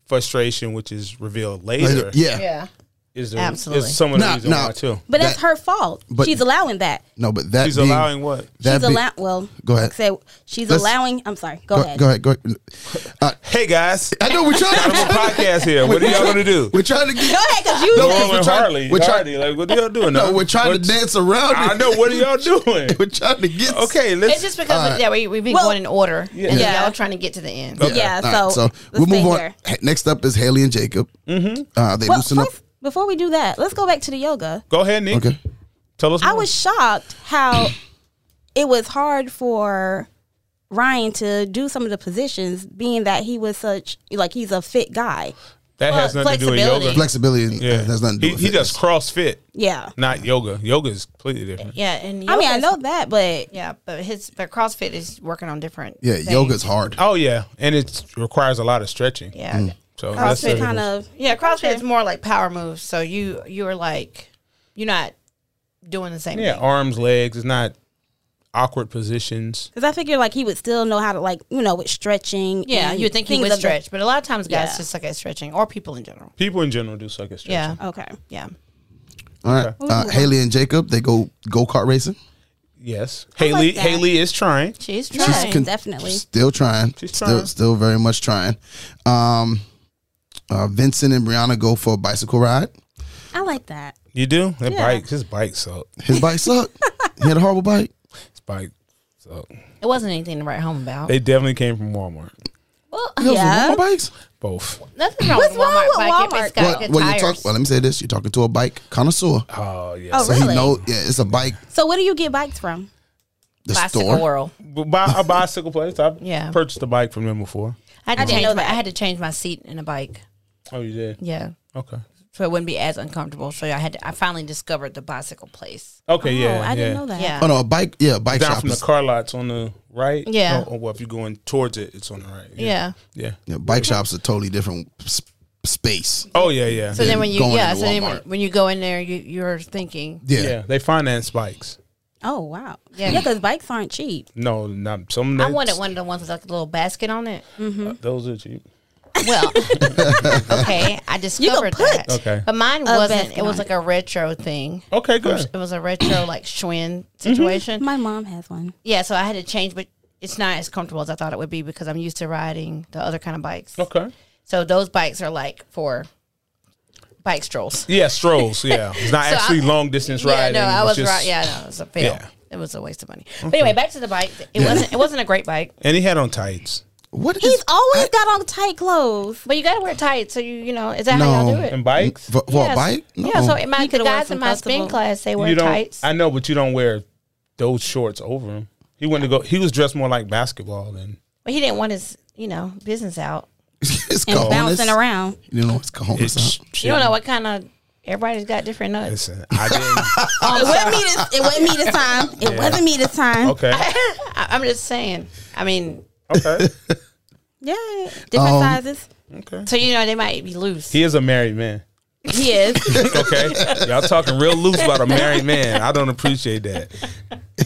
[SPEAKER 3] frustration, which is revealed later,
[SPEAKER 4] Yeah.
[SPEAKER 2] Yeah.
[SPEAKER 3] is, the,
[SPEAKER 2] Absolutely.
[SPEAKER 3] is some of the
[SPEAKER 4] Nah,
[SPEAKER 3] reason
[SPEAKER 4] nah.
[SPEAKER 3] why, too.
[SPEAKER 1] But that's her fault.
[SPEAKER 4] but-
[SPEAKER 1] she's allowing that.
[SPEAKER 4] No, but that
[SPEAKER 3] She's
[SPEAKER 4] being,
[SPEAKER 3] allowing what?
[SPEAKER 4] that
[SPEAKER 1] she's
[SPEAKER 4] being-
[SPEAKER 1] allowing. Well,
[SPEAKER 4] Go ahead.
[SPEAKER 1] Say she's
[SPEAKER 4] Let's-
[SPEAKER 1] allowing. I'm sorry. Go,
[SPEAKER 4] Go,
[SPEAKER 1] ahead.
[SPEAKER 4] go ahead. Go ahead. Uh,
[SPEAKER 3] Hey, guys.
[SPEAKER 4] I know we're trying
[SPEAKER 3] I'm on a
[SPEAKER 4] to.
[SPEAKER 3] podcast here. What are y'all going to do?
[SPEAKER 4] We're trying to
[SPEAKER 1] Go
[SPEAKER 4] get.
[SPEAKER 1] ahead, cause you.
[SPEAKER 4] No,
[SPEAKER 1] did.
[SPEAKER 3] Norm and
[SPEAKER 4] trying-
[SPEAKER 3] Harley.
[SPEAKER 4] we're trying-
[SPEAKER 3] Harley, like, what are y'all doing?
[SPEAKER 4] No,
[SPEAKER 3] now?
[SPEAKER 4] we're trying
[SPEAKER 3] What-
[SPEAKER 4] to dance around.
[SPEAKER 3] I
[SPEAKER 4] it.
[SPEAKER 3] know. What are y'all doing?
[SPEAKER 4] We're trying to get.
[SPEAKER 3] Okay,
[SPEAKER 2] It's
[SPEAKER 3] let's.
[SPEAKER 2] just because
[SPEAKER 4] Alright.
[SPEAKER 2] of, yeah, we we've been
[SPEAKER 1] Well-
[SPEAKER 2] going in order. And
[SPEAKER 1] Yeah.
[SPEAKER 2] yeah. y'all trying to get to the end.
[SPEAKER 4] Okay.
[SPEAKER 1] Yeah,
[SPEAKER 4] All right,
[SPEAKER 1] so let's
[SPEAKER 4] we'll
[SPEAKER 1] stay
[SPEAKER 4] move on.
[SPEAKER 1] here.
[SPEAKER 4] H- Next up is Haley and Jacob. Mm-hmm. Uh, they
[SPEAKER 1] Well,
[SPEAKER 4] loosen up.
[SPEAKER 1] first, before we do that, let's go back to the yoga.
[SPEAKER 3] Go ahead, Nick.
[SPEAKER 4] Okay.
[SPEAKER 3] Tell us.
[SPEAKER 1] I
[SPEAKER 3] more.
[SPEAKER 1] was shocked how it was hard for Ryan to do some of the positions, being that he was such like he's a fit guy.
[SPEAKER 3] That has
[SPEAKER 2] Well,
[SPEAKER 3] nothing to do with yoga.
[SPEAKER 2] flexibility.
[SPEAKER 4] Flexibility and-
[SPEAKER 3] Yeah,
[SPEAKER 4] has nothing to do
[SPEAKER 3] he,
[SPEAKER 4] with
[SPEAKER 3] he
[SPEAKER 4] it.
[SPEAKER 3] does CrossFit,
[SPEAKER 1] Yeah.
[SPEAKER 3] not yoga. Yoga is completely different.
[SPEAKER 2] Yeah, and
[SPEAKER 1] I mean, I
[SPEAKER 2] yoga's-
[SPEAKER 1] know that, but
[SPEAKER 2] Yeah, but his but CrossFit is working on different.
[SPEAKER 4] Yeah,
[SPEAKER 2] things.
[SPEAKER 4] yoga's hard.
[SPEAKER 3] Oh yeah, and it requires a lot of stretching.
[SPEAKER 2] Yeah,
[SPEAKER 4] Mm.
[SPEAKER 3] So that's
[SPEAKER 1] CrossFit
[SPEAKER 3] the-
[SPEAKER 1] kind of
[SPEAKER 2] yeah. CrossFit is more like power moves. So you you are like you're not doing the same
[SPEAKER 3] yeah,
[SPEAKER 2] thing.
[SPEAKER 3] arms, legs. It's not awkward positions.
[SPEAKER 1] because I figure like he would still know how to like you know with stretching.
[SPEAKER 2] Yeah,
[SPEAKER 1] and
[SPEAKER 2] you would think he
[SPEAKER 1] things
[SPEAKER 2] would
[SPEAKER 1] of the-
[SPEAKER 2] stretch, but a lot Mm-hmm. of times guys
[SPEAKER 1] Yeah.
[SPEAKER 2] just suck at stretching or people in general.
[SPEAKER 3] People in general do suck at stretching.
[SPEAKER 2] Yeah,
[SPEAKER 1] Okay.
[SPEAKER 2] yeah.
[SPEAKER 4] All right. Uh, Haley and Jacob, they go go kart racing.
[SPEAKER 3] Yes, Haley.
[SPEAKER 1] that.
[SPEAKER 3] Haley is trying.
[SPEAKER 2] She's
[SPEAKER 1] Trying,
[SPEAKER 2] trying.
[SPEAKER 4] con-
[SPEAKER 1] definitely.
[SPEAKER 4] Still trying.
[SPEAKER 3] She's
[SPEAKER 4] still,
[SPEAKER 3] trying.
[SPEAKER 4] still very much trying. Um, uh, Vincent and Brianna go for a bicycle ride.
[SPEAKER 1] I like that.
[SPEAKER 3] You do? That
[SPEAKER 1] Yeah.
[SPEAKER 3] bike, his bike sucked.
[SPEAKER 4] His bike sucked. he had a horrible bike.
[SPEAKER 3] His bike sucked.
[SPEAKER 2] It wasn't anything to write home about.
[SPEAKER 3] They definitely came from Walmart.
[SPEAKER 2] well,
[SPEAKER 4] Those were
[SPEAKER 1] Yeah.
[SPEAKER 4] Walmart bikes.
[SPEAKER 3] Both.
[SPEAKER 2] nothing wrong
[SPEAKER 1] What's
[SPEAKER 2] with
[SPEAKER 1] wrong
[SPEAKER 2] Walmart
[SPEAKER 1] with
[SPEAKER 2] bike if it's
[SPEAKER 1] Walmart?
[SPEAKER 2] got
[SPEAKER 4] Well,
[SPEAKER 2] good
[SPEAKER 4] well, you
[SPEAKER 2] tires.
[SPEAKER 4] talk. Well, let me say this: you're talking to a bike connoisseur.
[SPEAKER 3] Oh yeah.
[SPEAKER 1] Oh,
[SPEAKER 3] So-
[SPEAKER 1] really?
[SPEAKER 4] He know, yeah, it's a bike.
[SPEAKER 1] So, where do you get bikes from?
[SPEAKER 4] The
[SPEAKER 2] Bicycle
[SPEAKER 4] store.
[SPEAKER 2] World.
[SPEAKER 3] But Buy a bicycle place. I
[SPEAKER 2] Yeah.
[SPEAKER 3] purchased a bike from them before.
[SPEAKER 2] I had to
[SPEAKER 1] didn't
[SPEAKER 2] change.
[SPEAKER 1] know
[SPEAKER 2] My, I
[SPEAKER 1] that.
[SPEAKER 2] had to change my seat in a bike.
[SPEAKER 3] Oh, you did?
[SPEAKER 2] Yeah,
[SPEAKER 3] Okay.
[SPEAKER 2] so it wouldn't be as uncomfortable. So I had. To, I finally discovered the bicycle place.
[SPEAKER 3] Okay,
[SPEAKER 1] oh,
[SPEAKER 3] yeah.
[SPEAKER 1] I didn't
[SPEAKER 3] yeah.
[SPEAKER 1] know that.
[SPEAKER 2] Yeah.
[SPEAKER 4] Oh no, a bike. Yeah, a bike
[SPEAKER 3] Down
[SPEAKER 4] shop.
[SPEAKER 3] from the
[SPEAKER 4] is-
[SPEAKER 3] car lots on the right.
[SPEAKER 2] Yeah.
[SPEAKER 3] Oh, oh, well, if you're going towards it, it's on the right.
[SPEAKER 2] Yeah.
[SPEAKER 3] Yeah.
[SPEAKER 4] yeah, bike shops a totally different sp- space.
[SPEAKER 3] Oh yeah, yeah.
[SPEAKER 2] So then when you
[SPEAKER 4] Going
[SPEAKER 2] yeah,
[SPEAKER 4] into
[SPEAKER 2] so then when,
[SPEAKER 4] Walmart.
[SPEAKER 2] when you go in there, you you're thinking
[SPEAKER 4] Yeah.
[SPEAKER 3] yeah. they finance bikes.
[SPEAKER 1] Oh, wow.
[SPEAKER 2] Yeah.
[SPEAKER 1] Yeah, because bikes aren't cheap.
[SPEAKER 3] No, not some.
[SPEAKER 2] I
[SPEAKER 3] that's-
[SPEAKER 2] wanted one of the ones with like a little basket on it. Mm-hmm.
[SPEAKER 3] Those are cheap.
[SPEAKER 2] Well, okay, I discovered
[SPEAKER 1] put
[SPEAKER 2] that.
[SPEAKER 3] Okay.
[SPEAKER 2] but mine wasn't.
[SPEAKER 1] basket
[SPEAKER 2] It was
[SPEAKER 1] on
[SPEAKER 2] like a retro thing.
[SPEAKER 3] Okay, good.
[SPEAKER 2] It was a retro like Schwinn situation.
[SPEAKER 1] My mom has one.
[SPEAKER 2] Yeah, so I had to change, but it's not as comfortable as I thought it would be because I'm used to riding the other kind of bikes.
[SPEAKER 3] Okay.
[SPEAKER 2] So those bikes are like for bike strolls.
[SPEAKER 3] Yeah, strolls. Yeah, it's not
[SPEAKER 2] So
[SPEAKER 3] actually
[SPEAKER 2] I-
[SPEAKER 3] long distance riding.
[SPEAKER 2] Yeah, no, I
[SPEAKER 3] it's
[SPEAKER 2] was
[SPEAKER 3] just-
[SPEAKER 2] right. Yeah, no, it was a fail.
[SPEAKER 3] Yeah.
[SPEAKER 2] It was a waste of money. But anyway, back to the bike. It wasn't. It wasn't a great bike.
[SPEAKER 3] And he had on tights
[SPEAKER 4] What is
[SPEAKER 1] He's always got on tight clothes.
[SPEAKER 2] But you got to wear tights, so you you know is that how y'all
[SPEAKER 4] No.
[SPEAKER 2] do it?
[SPEAKER 3] and bikes.
[SPEAKER 4] for, for a
[SPEAKER 2] Yes.
[SPEAKER 4] bike? No.
[SPEAKER 2] Yeah, so in my,
[SPEAKER 1] You
[SPEAKER 2] the
[SPEAKER 1] coulda worn
[SPEAKER 2] guys in
[SPEAKER 1] some
[SPEAKER 2] my spin
[SPEAKER 1] comfortable-
[SPEAKER 2] class they wear
[SPEAKER 3] you don't.
[SPEAKER 2] tights.
[SPEAKER 3] I know, but you don't wear those shorts over him. He went to go. He was dressed more like basketball than.
[SPEAKER 2] but he didn't want his you know business out.
[SPEAKER 4] it's
[SPEAKER 1] And bouncing
[SPEAKER 4] cojones.
[SPEAKER 1] around.
[SPEAKER 4] You know, it's cojones. huh?
[SPEAKER 2] You don't know what kind of everybody's got different nuts.
[SPEAKER 3] Listen, I didn't.
[SPEAKER 1] it, wasn't me this, it wasn't me this time. It wasn't me this time.
[SPEAKER 3] Okay.
[SPEAKER 2] I, I'm just saying. I mean,
[SPEAKER 3] Okay.
[SPEAKER 1] Yeah, different
[SPEAKER 4] Um,
[SPEAKER 1] sizes.
[SPEAKER 3] Okay.
[SPEAKER 2] so you know they might be loose.
[SPEAKER 3] He is a married man.
[SPEAKER 1] He is.
[SPEAKER 3] Okay. Y'all talking real loose about a married man. I don't appreciate that.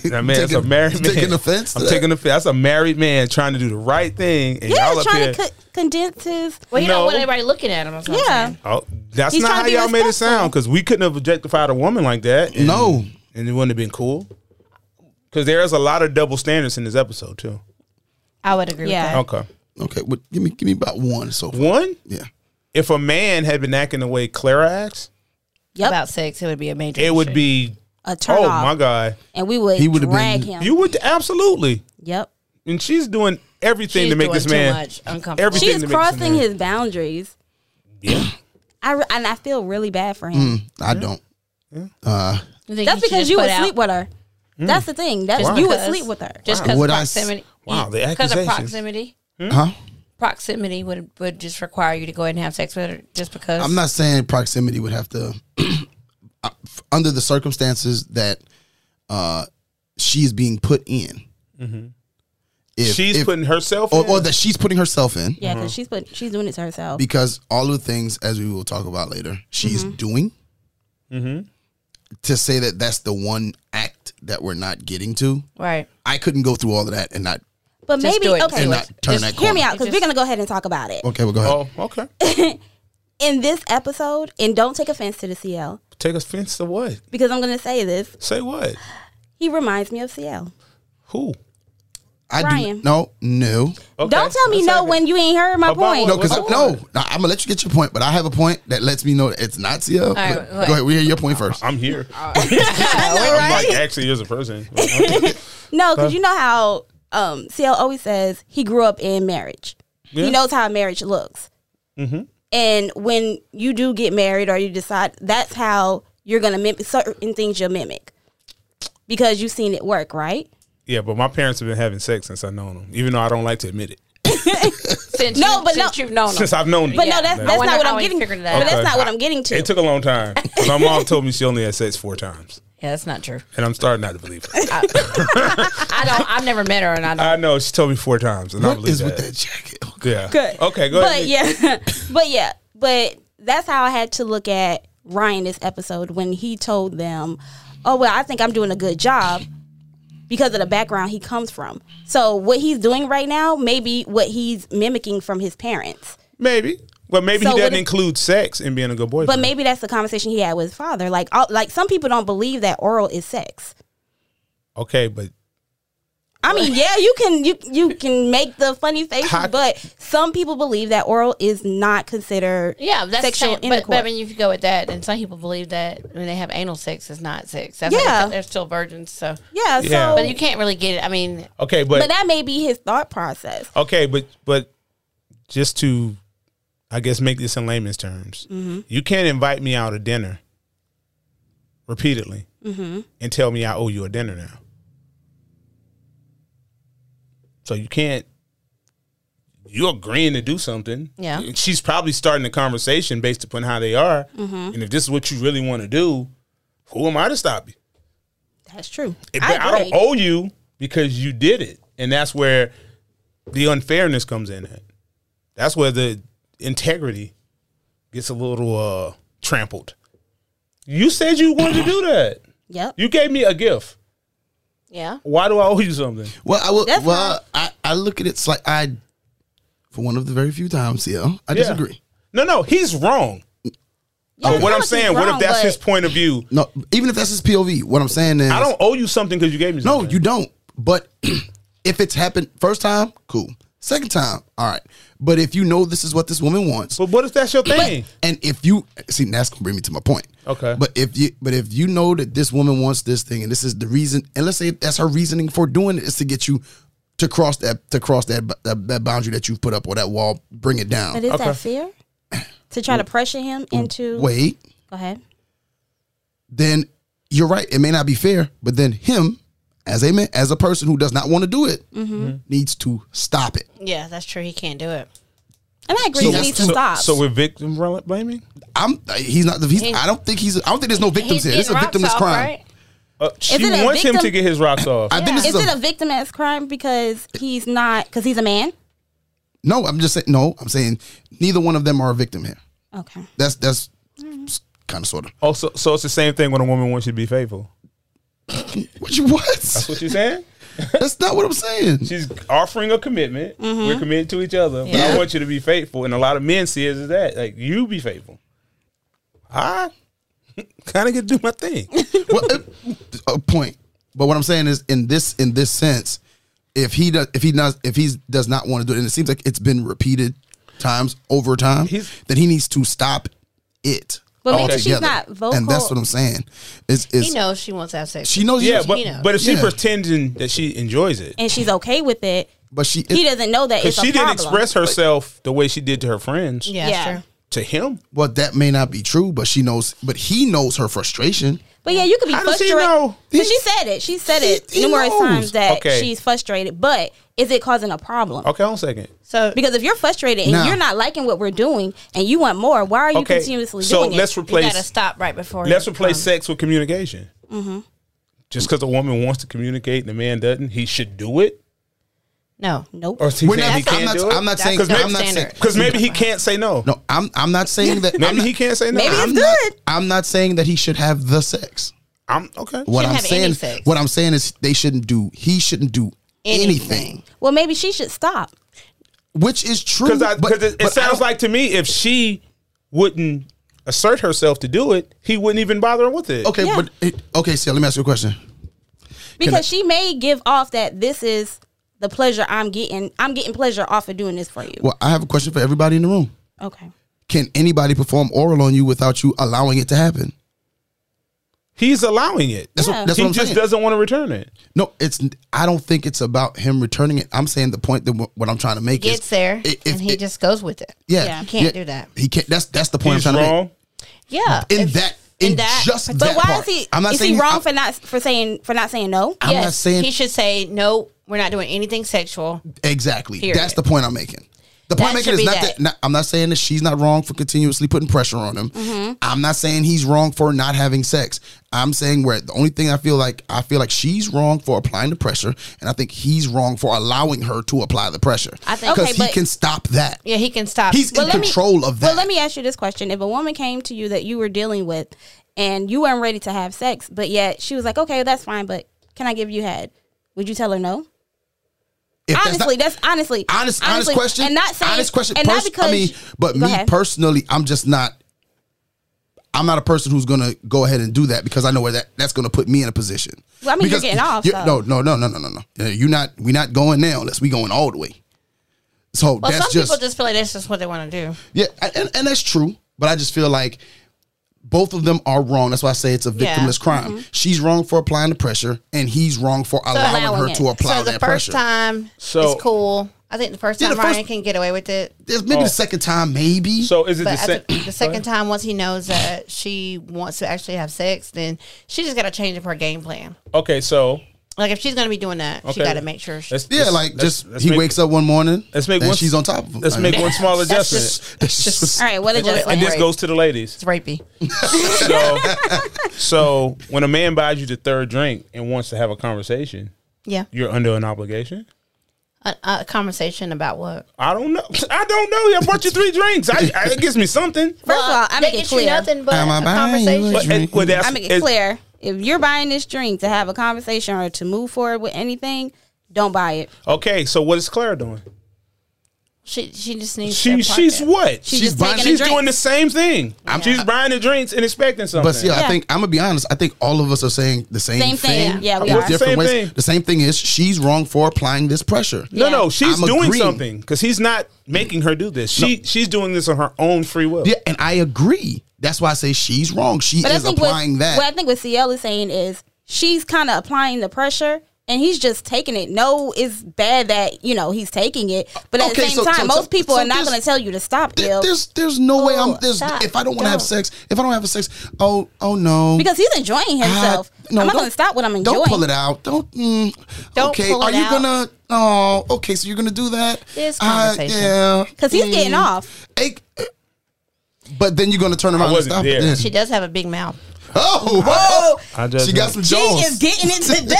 [SPEAKER 3] That man, that's a
[SPEAKER 4] Taking-
[SPEAKER 3] married man.
[SPEAKER 4] taking offense to
[SPEAKER 3] I'm
[SPEAKER 4] that?
[SPEAKER 3] taking offense. That's a married man trying to do the right thing, and
[SPEAKER 1] yeah,
[SPEAKER 3] y'all up
[SPEAKER 1] trying
[SPEAKER 3] here.
[SPEAKER 1] to co- condense his.
[SPEAKER 2] well, he
[SPEAKER 3] No.
[SPEAKER 2] don't want anybody looking at him. That's what I'm
[SPEAKER 1] Yeah.
[SPEAKER 2] saying.
[SPEAKER 3] Oh, that's
[SPEAKER 1] He's
[SPEAKER 3] not
[SPEAKER 1] trying
[SPEAKER 3] how
[SPEAKER 1] to be
[SPEAKER 3] y'all made it
[SPEAKER 1] respectful.
[SPEAKER 3] sound because we couldn't have objectified a woman like that. And,
[SPEAKER 4] No.
[SPEAKER 3] and it wouldn't have been cool. Because there is a lot of double standards in this episode too.
[SPEAKER 2] I would agree.
[SPEAKER 1] Yeah.
[SPEAKER 2] Yeah.
[SPEAKER 3] Okay,
[SPEAKER 4] Okay, well, give me give me about one so far.
[SPEAKER 3] one.
[SPEAKER 4] Yeah.
[SPEAKER 3] If a man had been acting the way Clara acts,
[SPEAKER 1] Yep,
[SPEAKER 2] About sex, it would be a major.
[SPEAKER 3] it would
[SPEAKER 2] issue.
[SPEAKER 3] be
[SPEAKER 1] a turn
[SPEAKER 3] oh
[SPEAKER 1] off,
[SPEAKER 3] my god,
[SPEAKER 1] and we would
[SPEAKER 4] He would've
[SPEAKER 1] drag
[SPEAKER 4] been-
[SPEAKER 1] him.
[SPEAKER 3] you would absolutely.
[SPEAKER 1] yep,
[SPEAKER 3] And she's doing everything
[SPEAKER 2] She's
[SPEAKER 3] to make
[SPEAKER 2] doing
[SPEAKER 3] this man.
[SPEAKER 2] too much uncomfortable.
[SPEAKER 3] everything-
[SPEAKER 1] she's
[SPEAKER 3] to make
[SPEAKER 1] crossing
[SPEAKER 3] sense.
[SPEAKER 1] his boundaries.
[SPEAKER 3] Yeah.
[SPEAKER 1] I re- and I feel really bad for him.
[SPEAKER 4] I don't. Uh,
[SPEAKER 2] You think
[SPEAKER 1] That's
[SPEAKER 2] he
[SPEAKER 1] because
[SPEAKER 2] should just
[SPEAKER 1] you
[SPEAKER 2] put
[SPEAKER 1] would
[SPEAKER 2] out-
[SPEAKER 1] sleep with her. That's the thing. That's
[SPEAKER 2] Just
[SPEAKER 1] you would
[SPEAKER 2] because-
[SPEAKER 1] sleep with her.
[SPEAKER 2] just because
[SPEAKER 4] Would I s-
[SPEAKER 2] proximity.
[SPEAKER 3] Wow, the
[SPEAKER 2] because of
[SPEAKER 3] accusations. Hmm?
[SPEAKER 2] proximity.
[SPEAKER 4] huh?
[SPEAKER 2] Proximity would would just require you to go ahead and have sex with her just because.
[SPEAKER 4] I'm not saying proximity would have to, uh, f- under the circumstances that uh, she's being put in. If,
[SPEAKER 3] Mm-hmm. she's
[SPEAKER 4] if-
[SPEAKER 3] putting herself.
[SPEAKER 4] or,
[SPEAKER 3] in.
[SPEAKER 4] or that she's putting herself in
[SPEAKER 1] Yeah, because she's put she's doing it to herself.
[SPEAKER 4] because all of the things, as we will talk about later, she's doing. To say that that's the one act that we're not getting to,
[SPEAKER 2] right.
[SPEAKER 4] I couldn't go through all of that and not
[SPEAKER 1] but
[SPEAKER 2] Just
[SPEAKER 1] maybe
[SPEAKER 2] do it.
[SPEAKER 1] okay,
[SPEAKER 4] and
[SPEAKER 2] Do
[SPEAKER 4] not
[SPEAKER 2] it.
[SPEAKER 4] turn
[SPEAKER 2] Just
[SPEAKER 4] that corner.
[SPEAKER 1] hear me out because
[SPEAKER 2] Just-
[SPEAKER 1] we're gonna go ahead and talk about it
[SPEAKER 4] Okay, well go ahead.
[SPEAKER 3] oh, okay.
[SPEAKER 1] in this episode. And don't take offense to the CL
[SPEAKER 3] Take offense to what?
[SPEAKER 1] because I'm gonna say this.
[SPEAKER 3] Say what?
[SPEAKER 1] He reminds me of CL.
[SPEAKER 3] Who?
[SPEAKER 4] I
[SPEAKER 1] Brian.
[SPEAKER 4] do no no
[SPEAKER 3] Okay.
[SPEAKER 1] Don't tell me
[SPEAKER 3] That's
[SPEAKER 1] no
[SPEAKER 3] okay.
[SPEAKER 1] when you ain't heard my
[SPEAKER 3] About
[SPEAKER 1] point.
[SPEAKER 4] no because
[SPEAKER 3] What's
[SPEAKER 4] no.
[SPEAKER 3] the
[SPEAKER 4] I'm gonna let you get your point, but I have a point that lets me know that it's not CL.
[SPEAKER 2] right,
[SPEAKER 4] But
[SPEAKER 2] what?
[SPEAKER 4] go ahead, we hear your point first.
[SPEAKER 3] I'm here. I'm
[SPEAKER 1] right?
[SPEAKER 3] like actually as a person.
[SPEAKER 1] No, because you know how um, CL always says he grew up in marriage.
[SPEAKER 3] Yeah.
[SPEAKER 1] He knows how marriage looks. And when you do get married or you decide, that's how you're going to mimic certain things you'll mimic because you've seen it work, right?
[SPEAKER 3] Yeah, but my parents have been having sex since I've known them, even though I don't like to admit it.
[SPEAKER 2] Since
[SPEAKER 1] No,
[SPEAKER 2] you,
[SPEAKER 1] but
[SPEAKER 2] since
[SPEAKER 1] no-
[SPEAKER 2] you've known him.
[SPEAKER 3] Since I've known them.
[SPEAKER 1] But
[SPEAKER 2] Yeah.
[SPEAKER 1] no, that's,
[SPEAKER 2] I
[SPEAKER 1] that's
[SPEAKER 2] wonder
[SPEAKER 1] not what
[SPEAKER 2] how
[SPEAKER 1] I'm
[SPEAKER 2] he
[SPEAKER 1] getting to.
[SPEAKER 2] figured
[SPEAKER 1] But
[SPEAKER 2] it out.
[SPEAKER 1] that's not what
[SPEAKER 3] I-
[SPEAKER 1] I'm getting to.
[SPEAKER 3] It took a long time. My mom told me she only had sex four times,
[SPEAKER 2] Yeah, that's not true.
[SPEAKER 3] and I'm starting not to believe her.
[SPEAKER 2] I don't. I've never met her, and I don't.
[SPEAKER 3] I know she told me four times, and I
[SPEAKER 4] What
[SPEAKER 3] believe
[SPEAKER 4] is
[SPEAKER 3] that.
[SPEAKER 4] with that jacket? Oh, God.
[SPEAKER 3] Yeah.
[SPEAKER 1] Good.
[SPEAKER 3] Okay. Go
[SPEAKER 1] but
[SPEAKER 3] ahead.
[SPEAKER 1] yeah, but yeah, but that's how I had to look at Ryan this episode when he told them, "Oh well, I think I'm doing a good job because of the background he comes from." So what he's doing right now, maybe what he's mimicking from his parents,
[SPEAKER 3] Maybe. But maybe
[SPEAKER 1] So
[SPEAKER 3] he doesn't
[SPEAKER 1] what if-
[SPEAKER 3] include sex in being a good boyfriend.
[SPEAKER 1] but maybe that's the conversation he had with his father. Like, all, like some people don't believe that oral is sex.
[SPEAKER 3] okay, but
[SPEAKER 1] I mean, yeah, you can you you can make the funny faces,
[SPEAKER 3] How-
[SPEAKER 1] but some people believe that oral is not considered
[SPEAKER 2] Yeah, that's
[SPEAKER 1] sexual
[SPEAKER 2] sexual. But, but I
[SPEAKER 1] intercourse.
[SPEAKER 2] mean, if you go with that, and some people believe that when they have anal sex, it's not sex. That's
[SPEAKER 1] Yeah.
[SPEAKER 2] yeah, they're still virgins. So,
[SPEAKER 1] yeah,
[SPEAKER 3] Yeah.
[SPEAKER 1] so
[SPEAKER 2] but you can't really get it. I mean,
[SPEAKER 3] Okay,
[SPEAKER 1] but that may be his thought process.
[SPEAKER 3] Okay, but but just to, I guess, make this in layman's terms, you can't invite me out to dinner repeatedly and tell me I owe you a dinner now. So you can't. You're agreeing to do something.
[SPEAKER 2] Yeah.
[SPEAKER 3] And She's probably starting the conversation based upon how they are, and if this is what you really want to do, who am I to stop you?
[SPEAKER 1] That's true.
[SPEAKER 3] It-
[SPEAKER 1] I
[SPEAKER 3] but I,
[SPEAKER 1] agree.
[SPEAKER 3] don't owe you because you did it, and that's where the unfairness comes in. At that's where the integrity gets a little uh, trampled. You said you wanted to do that.
[SPEAKER 1] yep.
[SPEAKER 3] You gave me a gift.
[SPEAKER 2] yeah,
[SPEAKER 3] Why do I owe you something?
[SPEAKER 4] Well, I will.
[SPEAKER 1] That's
[SPEAKER 4] well, I, I look at it it's like I, for one of the very few times here, I disagree.
[SPEAKER 3] No, no, he's wrong.
[SPEAKER 1] Yeah,
[SPEAKER 3] but what I'm
[SPEAKER 1] Thomas is
[SPEAKER 3] saying, what if
[SPEAKER 1] wrong,
[SPEAKER 3] that's
[SPEAKER 1] but-
[SPEAKER 3] his point of view?
[SPEAKER 4] No, even if that's his POV, what I'm saying is
[SPEAKER 3] I don't owe you something because you gave me
[SPEAKER 4] No,
[SPEAKER 3] something.
[SPEAKER 4] you don't. But if it's happened first time, cool. Second time, all right. But if you know this is what this woman wants,
[SPEAKER 3] But what if that's your thing?
[SPEAKER 4] and if you see, that's gonna bring me to my point.
[SPEAKER 3] Okay.
[SPEAKER 4] But if you, but if you know that this woman wants this thing, and this is the reason, and let's say that's her reasoning for doing it is to get you to cross that to cross that that, that boundary that you've put up or that wall, bring it down.
[SPEAKER 1] But is that fair? To try to pressure him into
[SPEAKER 4] Wait,
[SPEAKER 1] Go ahead.
[SPEAKER 4] then you're right. It may not be fair, but then him as a man, as a person who does not want to do it,
[SPEAKER 1] Mm-hmm.
[SPEAKER 4] needs to stop it.
[SPEAKER 2] yeah, that's true. He can't do it.
[SPEAKER 1] And I agree.
[SPEAKER 4] So
[SPEAKER 1] he
[SPEAKER 4] that's
[SPEAKER 1] needs to
[SPEAKER 4] two-
[SPEAKER 1] stop.
[SPEAKER 3] So we're victim rel- blaming?
[SPEAKER 4] I'm. He's not. He's, I don't think he's. I don't think there's no victims here. This is a
[SPEAKER 2] getting rocked
[SPEAKER 4] victimless
[SPEAKER 2] off,
[SPEAKER 4] crime.
[SPEAKER 2] right?
[SPEAKER 3] Uh, she
[SPEAKER 1] it a
[SPEAKER 3] wants him to
[SPEAKER 1] victim-
[SPEAKER 3] get his rocks off.
[SPEAKER 4] I think this
[SPEAKER 1] is
[SPEAKER 4] is, a,
[SPEAKER 1] it a victim as crime because he's not because he's a man?
[SPEAKER 4] no. I'm just saying. No, I'm saying neither one of them are a victim here.
[SPEAKER 1] Okay.
[SPEAKER 4] That's that's
[SPEAKER 2] Mm-hmm.
[SPEAKER 4] kind of sort of.
[SPEAKER 3] Oh, so, so it's the same thing when a woman wants you to be faithful.
[SPEAKER 4] What? You, what?
[SPEAKER 3] That's what you're saying?
[SPEAKER 4] that's not what I'm saying.
[SPEAKER 3] She's offering a commitment. We're committed to each other. But I
[SPEAKER 4] Yeah.
[SPEAKER 3] want you to be faithful. And a lot of men see it as that. Like, you be faithful. I kind of get to do my thing.
[SPEAKER 4] well, it- a point. But what I'm saying is, in this in this sense, if he does, if he does, if he does not want to do it, and it seems like it's been repeated times over time,
[SPEAKER 3] He's-
[SPEAKER 4] then he needs to stop it.
[SPEAKER 1] But maybe
[SPEAKER 4] altogether.
[SPEAKER 1] she's not vocal.
[SPEAKER 4] and that's what I'm saying. Is
[SPEAKER 2] He
[SPEAKER 4] is
[SPEAKER 2] knows she wants to have sex.
[SPEAKER 4] she knows?
[SPEAKER 3] yeah,
[SPEAKER 4] she-
[SPEAKER 3] but,
[SPEAKER 2] knows.
[SPEAKER 3] but if she
[SPEAKER 4] Yeah.
[SPEAKER 3] pretending that she enjoys it,
[SPEAKER 1] and she's okay with it.
[SPEAKER 4] but she
[SPEAKER 1] He doesn't know that
[SPEAKER 3] because
[SPEAKER 1] it's a
[SPEAKER 3] she didn't
[SPEAKER 1] problem.
[SPEAKER 3] express herself the way she did to her friends,
[SPEAKER 2] yeah,
[SPEAKER 1] Yeah.
[SPEAKER 2] yeah. True.
[SPEAKER 3] to him.
[SPEAKER 4] Well, that may not be true, but she knows. But he knows her frustration.
[SPEAKER 1] but yeah, you could be
[SPEAKER 3] How does he
[SPEAKER 1] frustrated.
[SPEAKER 3] know?
[SPEAKER 1] Because she said it. She said it
[SPEAKER 4] He- he
[SPEAKER 1] numerous
[SPEAKER 4] knows.
[SPEAKER 1] times that
[SPEAKER 3] Okay.
[SPEAKER 1] she's frustrated. But is it causing a problem?
[SPEAKER 3] Okay, hold on a second.
[SPEAKER 2] So
[SPEAKER 1] Because if you're frustrated and
[SPEAKER 4] Now-
[SPEAKER 1] you're not liking what we're doing and you want more, why are you
[SPEAKER 3] Okay,
[SPEAKER 1] continuously
[SPEAKER 3] so
[SPEAKER 1] doing it?
[SPEAKER 3] let's
[SPEAKER 2] you gotta
[SPEAKER 3] replace
[SPEAKER 2] stop right Um, before.
[SPEAKER 3] let's
[SPEAKER 2] he
[SPEAKER 3] replace
[SPEAKER 2] comes.
[SPEAKER 3] sex with communication. Just because a woman wants to communicate and a man doesn't, he should do it.
[SPEAKER 2] No,
[SPEAKER 1] nope.
[SPEAKER 3] Or is he
[SPEAKER 4] We're
[SPEAKER 3] saying
[SPEAKER 4] not,
[SPEAKER 3] he
[SPEAKER 4] I'm,
[SPEAKER 3] can't
[SPEAKER 4] not,
[SPEAKER 3] do it?
[SPEAKER 4] I'm not saying.
[SPEAKER 2] That's
[SPEAKER 4] I'm not saying.
[SPEAKER 2] standard.
[SPEAKER 3] Because maybe he can't say no.
[SPEAKER 4] No, I'm. I'm not saying that.
[SPEAKER 3] Maybe
[SPEAKER 4] I'm not,
[SPEAKER 3] he can't say no.
[SPEAKER 1] Maybe
[SPEAKER 3] I'm,
[SPEAKER 1] it's
[SPEAKER 4] I'm not-
[SPEAKER 1] good.
[SPEAKER 4] I'm not saying that he should have the sex.
[SPEAKER 3] I'm okay.
[SPEAKER 2] Shouldn't
[SPEAKER 4] What I'm
[SPEAKER 2] have any
[SPEAKER 4] saying.
[SPEAKER 2] sex.
[SPEAKER 4] What I'm saying is they shouldn't do. He shouldn't do anything,
[SPEAKER 1] Well, maybe she should stop.
[SPEAKER 4] which is true.
[SPEAKER 3] Because
[SPEAKER 4] but-
[SPEAKER 3] because it,
[SPEAKER 4] but I
[SPEAKER 3] it sounds
[SPEAKER 4] don't-
[SPEAKER 3] like to me if she wouldn't assert herself to do it, he wouldn't even bother with it.
[SPEAKER 4] Okay,
[SPEAKER 1] Yeah.
[SPEAKER 4] but it, okay. So let me ask you a question.
[SPEAKER 1] because
[SPEAKER 4] I-
[SPEAKER 1] she may give off that this is the pleasure I'm getting. I'm getting pleasure off of doing this for you.
[SPEAKER 4] Well, I have a question for everybody in the room.
[SPEAKER 1] Okay.
[SPEAKER 4] Can anybody perform oral on you without you allowing it to happen?
[SPEAKER 3] He's allowing it.
[SPEAKER 4] That's
[SPEAKER 1] Yeah.
[SPEAKER 4] what. That's
[SPEAKER 3] he
[SPEAKER 4] what I'm
[SPEAKER 3] just
[SPEAKER 4] saying.
[SPEAKER 3] doesn't want to return it.
[SPEAKER 4] No, it's. I don't think it's about him returning it. I'm saying the point that wh- what I'm trying to make
[SPEAKER 2] gets
[SPEAKER 4] is
[SPEAKER 2] there
[SPEAKER 4] i- if
[SPEAKER 2] and he
[SPEAKER 4] it-
[SPEAKER 2] just goes with it.
[SPEAKER 4] Yeah,
[SPEAKER 1] Yeah.
[SPEAKER 2] He can't
[SPEAKER 4] yeah,
[SPEAKER 2] do that.
[SPEAKER 4] He can't. That's that's the point
[SPEAKER 3] He's
[SPEAKER 4] I'm trying
[SPEAKER 3] wrong.
[SPEAKER 2] Yeah,
[SPEAKER 4] to make. In
[SPEAKER 2] If-
[SPEAKER 4] that, in, just
[SPEAKER 2] But
[SPEAKER 1] But
[SPEAKER 4] that
[SPEAKER 1] why
[SPEAKER 4] part.
[SPEAKER 1] is he?
[SPEAKER 4] I'm not
[SPEAKER 1] is
[SPEAKER 4] saying
[SPEAKER 1] he wrong
[SPEAKER 4] I'm,
[SPEAKER 1] for not for saying for not saying no?
[SPEAKER 4] I'm not
[SPEAKER 2] yes,
[SPEAKER 4] saying
[SPEAKER 2] he should say no. We're not doing anything sexual.
[SPEAKER 4] exactly.
[SPEAKER 2] Period.
[SPEAKER 4] That's the point I'm making. The point
[SPEAKER 2] That
[SPEAKER 4] I'm making
[SPEAKER 2] should
[SPEAKER 4] is
[SPEAKER 2] be
[SPEAKER 4] not
[SPEAKER 2] that.
[SPEAKER 4] that. not- I'm not saying that she's not wrong for continuously putting pressure on him.
[SPEAKER 2] Mm-hmm.
[SPEAKER 4] I'm not saying he's wrong for not having sex. I'm saying where the only thing I feel like I feel like she's wrong for applying the pressure, and I think he's wrong for allowing her to apply the pressure.
[SPEAKER 2] I think-
[SPEAKER 4] because
[SPEAKER 1] Okay,
[SPEAKER 4] he
[SPEAKER 1] but-
[SPEAKER 4] can stop that.
[SPEAKER 2] Yeah, he can stop.
[SPEAKER 4] He's in
[SPEAKER 1] let me-
[SPEAKER 4] control of that.
[SPEAKER 1] Well, let me ask you this question: If a woman came to you that you were dealing with, and you weren't ready to have sex, but yet she was like, "Okay, that's fine, but can I give you head?" Would you tell her no?
[SPEAKER 4] If that's not-
[SPEAKER 1] honestly, that's, honestly
[SPEAKER 4] honest, honest question,
[SPEAKER 1] and not saying
[SPEAKER 4] honest question.
[SPEAKER 1] and
[SPEAKER 4] Pers-
[SPEAKER 1] not because
[SPEAKER 4] I mean, but
[SPEAKER 1] Go
[SPEAKER 4] me
[SPEAKER 1] ahead.
[SPEAKER 4] personally, I'm just not. I'm not a person who's gonna go ahead and do that because I know where that that's gonna put me in a position.
[SPEAKER 1] Well, I mean, you're
[SPEAKER 4] Because
[SPEAKER 1] getting off,
[SPEAKER 4] you're-
[SPEAKER 1] so.
[SPEAKER 4] No, no, no, no, no, no, no. You're not. We're not going now unless we going all the way. So
[SPEAKER 2] Well,
[SPEAKER 4] that's
[SPEAKER 2] some
[SPEAKER 4] just,
[SPEAKER 2] people just feel like that's just what they want to do.
[SPEAKER 4] yeah, and, and that's true. But I just feel like both of them are wrong. That's why I say it's a
[SPEAKER 2] Yeah.
[SPEAKER 4] victimless crime.
[SPEAKER 1] Mm-hmm.
[SPEAKER 4] She's wrong for applying the pressure, and he's wrong for allowing,
[SPEAKER 1] allowing
[SPEAKER 4] her
[SPEAKER 1] it.
[SPEAKER 4] to apply
[SPEAKER 2] so the
[SPEAKER 4] that
[SPEAKER 2] first
[SPEAKER 4] pressure.
[SPEAKER 2] time,
[SPEAKER 3] So-
[SPEAKER 2] it's cool. I think the first
[SPEAKER 4] Yeah,
[SPEAKER 2] time
[SPEAKER 4] the first-
[SPEAKER 2] Ryan can get away with it,
[SPEAKER 4] There's maybe
[SPEAKER 3] Oh.
[SPEAKER 4] the second time, maybe.
[SPEAKER 3] So is it the
[SPEAKER 2] but
[SPEAKER 3] same?
[SPEAKER 2] at the, the second time, once he knows that she wants to actually have sex, then she just got to change up her game plan.
[SPEAKER 3] Okay, so
[SPEAKER 2] Like if she's going to be doing that, she
[SPEAKER 3] Okay.
[SPEAKER 2] got to make sure. She,
[SPEAKER 3] let's-
[SPEAKER 4] yeah,
[SPEAKER 3] let's-
[SPEAKER 4] like
[SPEAKER 3] let's-
[SPEAKER 4] just
[SPEAKER 3] let's
[SPEAKER 4] he
[SPEAKER 3] make-
[SPEAKER 4] wakes up one morning.
[SPEAKER 3] Let's make
[SPEAKER 4] and
[SPEAKER 3] one-
[SPEAKER 4] she's on top of him.
[SPEAKER 3] Let's
[SPEAKER 4] I
[SPEAKER 3] make
[SPEAKER 4] mean,
[SPEAKER 3] one small
[SPEAKER 4] that's
[SPEAKER 3] adjustment.
[SPEAKER 4] just- that's just-
[SPEAKER 1] All right, what
[SPEAKER 2] Well,
[SPEAKER 1] adjustment?
[SPEAKER 2] I
[SPEAKER 3] and this
[SPEAKER 2] Right.
[SPEAKER 3] goes to the ladies.
[SPEAKER 2] it's rapey.
[SPEAKER 3] So, so when a man buys you the third drink and wants to have a conversation,
[SPEAKER 2] Yeah,
[SPEAKER 3] you're under an obligation.
[SPEAKER 2] a, a conversation about what?
[SPEAKER 3] I don't know. I don't know. I brought you three drinks. I, I, it gives me something.
[SPEAKER 1] First of all, I make it clear.
[SPEAKER 2] nothing but
[SPEAKER 4] Am I
[SPEAKER 2] a
[SPEAKER 4] buying you a
[SPEAKER 2] conversation.
[SPEAKER 4] drink?
[SPEAKER 3] But, and, well, that's,
[SPEAKER 1] I make it
[SPEAKER 3] it's-
[SPEAKER 1] clear. If you're buying this drink to have a conversation or to move forward with anything, don't buy it.
[SPEAKER 3] Okay, so what is Claire doing?
[SPEAKER 2] She she just needs.
[SPEAKER 3] She
[SPEAKER 2] to
[SPEAKER 3] she's
[SPEAKER 2] what?
[SPEAKER 3] what?
[SPEAKER 1] She's,
[SPEAKER 4] She's
[SPEAKER 1] just
[SPEAKER 4] buying-
[SPEAKER 1] taking
[SPEAKER 3] she's
[SPEAKER 1] a drink.
[SPEAKER 3] doing the same thing. She's buying the drinks and expecting something.
[SPEAKER 4] But see, I
[SPEAKER 1] Yeah.
[SPEAKER 4] think I'm gonna be honest. I think all of us are saying the same,
[SPEAKER 1] Same thing. Yeah, we
[SPEAKER 4] with
[SPEAKER 1] are.
[SPEAKER 4] different
[SPEAKER 3] Same
[SPEAKER 4] ways.
[SPEAKER 3] thing.
[SPEAKER 4] The same thing is she's wrong for applying this pressure.
[SPEAKER 3] no, no,
[SPEAKER 1] Yeah.
[SPEAKER 3] she's
[SPEAKER 4] I'm
[SPEAKER 3] doing
[SPEAKER 4] agreeing.
[SPEAKER 3] something because he's not making her do this. She she's doing this on her own free will.
[SPEAKER 4] Yeah, and I agree. That's why I say she's wrong. She
[SPEAKER 1] But I
[SPEAKER 4] is
[SPEAKER 1] think
[SPEAKER 4] applying
[SPEAKER 1] what,
[SPEAKER 4] that.
[SPEAKER 1] what I think what CL is saying is she's kind of applying the pressure. And he's just taking it. No, it's bad that you know he's taking it, but at
[SPEAKER 4] Okay,
[SPEAKER 1] the same
[SPEAKER 4] so- so-
[SPEAKER 1] time,
[SPEAKER 4] so-
[SPEAKER 1] most people
[SPEAKER 4] so
[SPEAKER 1] are not
[SPEAKER 4] there's-
[SPEAKER 1] going to tell you to stop.
[SPEAKER 4] There-
[SPEAKER 1] Bill,
[SPEAKER 4] there's there's no way I'm
[SPEAKER 1] Oh,
[SPEAKER 4] there's
[SPEAKER 1] stop.
[SPEAKER 4] if I don't want to have
[SPEAKER 1] Don't.
[SPEAKER 4] sex if I don't have a sex oh oh no
[SPEAKER 1] because he's enjoying himself.
[SPEAKER 4] I- Ah, no,
[SPEAKER 1] I'm not
[SPEAKER 4] don't-
[SPEAKER 1] going to stop what I'm enjoying.
[SPEAKER 4] don't pull it out don't mm,
[SPEAKER 2] Don't
[SPEAKER 4] okay
[SPEAKER 2] pull
[SPEAKER 4] are
[SPEAKER 2] it
[SPEAKER 4] you
[SPEAKER 2] out.
[SPEAKER 4] gonna oh okay so you're gonna do that
[SPEAKER 2] This
[SPEAKER 4] Uh,
[SPEAKER 2] conversation.
[SPEAKER 4] yeah
[SPEAKER 1] 'Cause he's getting off.
[SPEAKER 4] Ache- but then you're gonna turn around and
[SPEAKER 3] wasn't
[SPEAKER 4] stop
[SPEAKER 3] there.
[SPEAKER 4] it then.
[SPEAKER 2] She does have a big mouth.
[SPEAKER 4] oh whoa
[SPEAKER 3] I just-
[SPEAKER 4] she got some
[SPEAKER 1] She
[SPEAKER 4] Jones
[SPEAKER 1] is getting it today.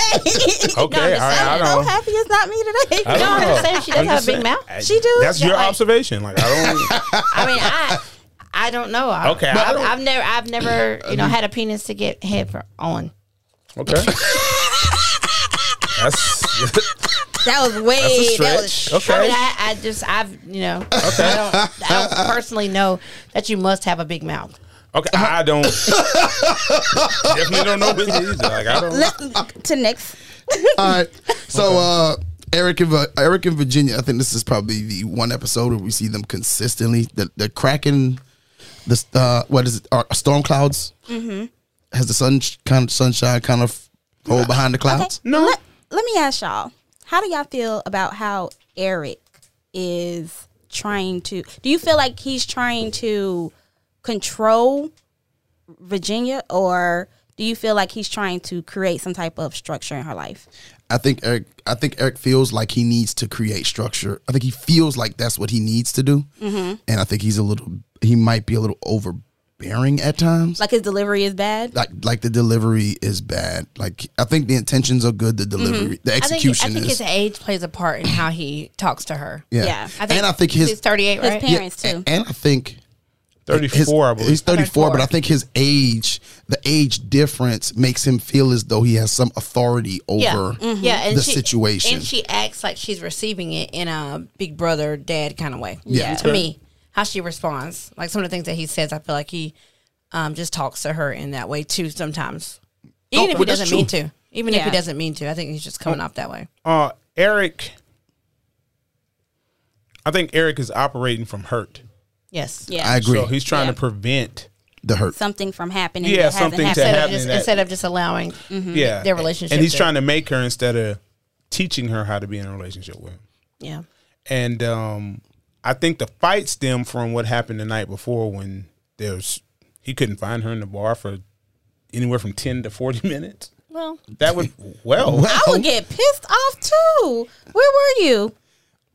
[SPEAKER 3] Okay,
[SPEAKER 1] No, I'm just
[SPEAKER 3] all right,
[SPEAKER 1] saying.
[SPEAKER 3] I
[SPEAKER 1] I'm
[SPEAKER 3] don't-
[SPEAKER 1] so happy it's not me today.
[SPEAKER 3] I don't
[SPEAKER 2] No, I'm
[SPEAKER 3] know.
[SPEAKER 2] just saying she does
[SPEAKER 3] I'm
[SPEAKER 2] have
[SPEAKER 3] just
[SPEAKER 2] a big
[SPEAKER 3] saying-
[SPEAKER 2] mouth.
[SPEAKER 1] She do?
[SPEAKER 3] That's your
[SPEAKER 2] Like-
[SPEAKER 3] observation. Like I don't.
[SPEAKER 2] I mean, I I don't know. I,
[SPEAKER 3] Okay, I
[SPEAKER 2] I've,
[SPEAKER 3] don't-
[SPEAKER 2] I've never I've never you know had a penis to get head for, on.
[SPEAKER 3] Okay. That's
[SPEAKER 1] That was way.
[SPEAKER 3] that's a
[SPEAKER 1] That was
[SPEAKER 3] stretch.
[SPEAKER 2] I mean,
[SPEAKER 3] Okay.
[SPEAKER 2] I, I just I've you know I, don't, I don't personally know that you must have a big mouth.
[SPEAKER 3] Okay.
[SPEAKER 4] Uh-huh.
[SPEAKER 3] I I don't. Definitely don't know business either. Like I don't.
[SPEAKER 1] Listen to next.
[SPEAKER 4] All right. So uh, Eric and Vi- Eric and Virginia, I think this is probably the one episode where we see them consistently. The the Kraken, the uh, what is it? Are storm clouds? Mm-hmm. Has the sun kind of sunshine kind of go behind the
[SPEAKER 1] Uh, Okay.
[SPEAKER 4] clouds?
[SPEAKER 3] No.
[SPEAKER 1] Let, let me ask y'all. How do y'all feel about how Eric is trying to? Do you feel like he's trying to control Virginia, or do you feel like he's trying to create some type of structure in her life?
[SPEAKER 4] I think Eric. I think Eric feels like he needs to create structure. I think he feels like that's what he needs to do, and I think he's a little. He might be a little overbearing at times.
[SPEAKER 1] Like his delivery is bad.
[SPEAKER 4] Like like the delivery is bad. Like I think the intentions are good. The delivery, the
[SPEAKER 2] I think
[SPEAKER 4] execution
[SPEAKER 2] I think
[SPEAKER 4] is.
[SPEAKER 2] his age plays a part in how he talks to her.
[SPEAKER 4] Yeah.
[SPEAKER 1] Yeah. I
[SPEAKER 2] I think
[SPEAKER 4] and I think his,
[SPEAKER 2] he's thirty eight,
[SPEAKER 1] His
[SPEAKER 2] right?
[SPEAKER 4] yeah,
[SPEAKER 1] parents too.
[SPEAKER 4] a- And I think his,
[SPEAKER 3] Thirty-four. I believe.
[SPEAKER 4] he's 34, but
[SPEAKER 2] 34.
[SPEAKER 4] I think his age, the age difference makes him feel as though he has some authority over
[SPEAKER 2] yeah, Mm-hmm. yeah. And
[SPEAKER 4] the
[SPEAKER 2] she,
[SPEAKER 4] situation.
[SPEAKER 2] and she acts like she's receiving it in a big brother dad kind of way.
[SPEAKER 4] Yeah.
[SPEAKER 2] to me, how she responds, like some of the things that he says, I feel like he um, just talks to her in that way too sometimes, even
[SPEAKER 4] No,
[SPEAKER 2] if he
[SPEAKER 4] but that's
[SPEAKER 2] doesn't mean
[SPEAKER 4] true.
[SPEAKER 2] to. Even if he
[SPEAKER 1] Yeah.
[SPEAKER 2] doesn't mean to, I think he's just coming off that way.
[SPEAKER 3] uh, Eric. I think Eric is operating from hurt.
[SPEAKER 2] Yes.
[SPEAKER 1] Yeah,
[SPEAKER 4] I agree.
[SPEAKER 3] So he's trying
[SPEAKER 2] Yeah.
[SPEAKER 3] to prevent.
[SPEAKER 4] the hurt.
[SPEAKER 1] something from happening.
[SPEAKER 3] Yeah,
[SPEAKER 1] that hasn't
[SPEAKER 3] something to
[SPEAKER 1] happened.
[SPEAKER 2] Instead of
[SPEAKER 3] happening
[SPEAKER 2] just
[SPEAKER 3] that- Mm-hmm.
[SPEAKER 2] instead of just allowing,
[SPEAKER 3] Yeah.
[SPEAKER 2] Mm-hmm. Their relationship
[SPEAKER 3] And he's
[SPEAKER 2] to-
[SPEAKER 3] trying to make her instead of teaching her how to be in a relationship with him.
[SPEAKER 2] yeah,
[SPEAKER 3] And um, I think the fight stemmed from what happened the night before when there's he couldn't find her in the bar for anywhere from ten to forty minutes.
[SPEAKER 2] well,
[SPEAKER 3] That would well.
[SPEAKER 4] Well,
[SPEAKER 1] I would get pissed off too. Where were you?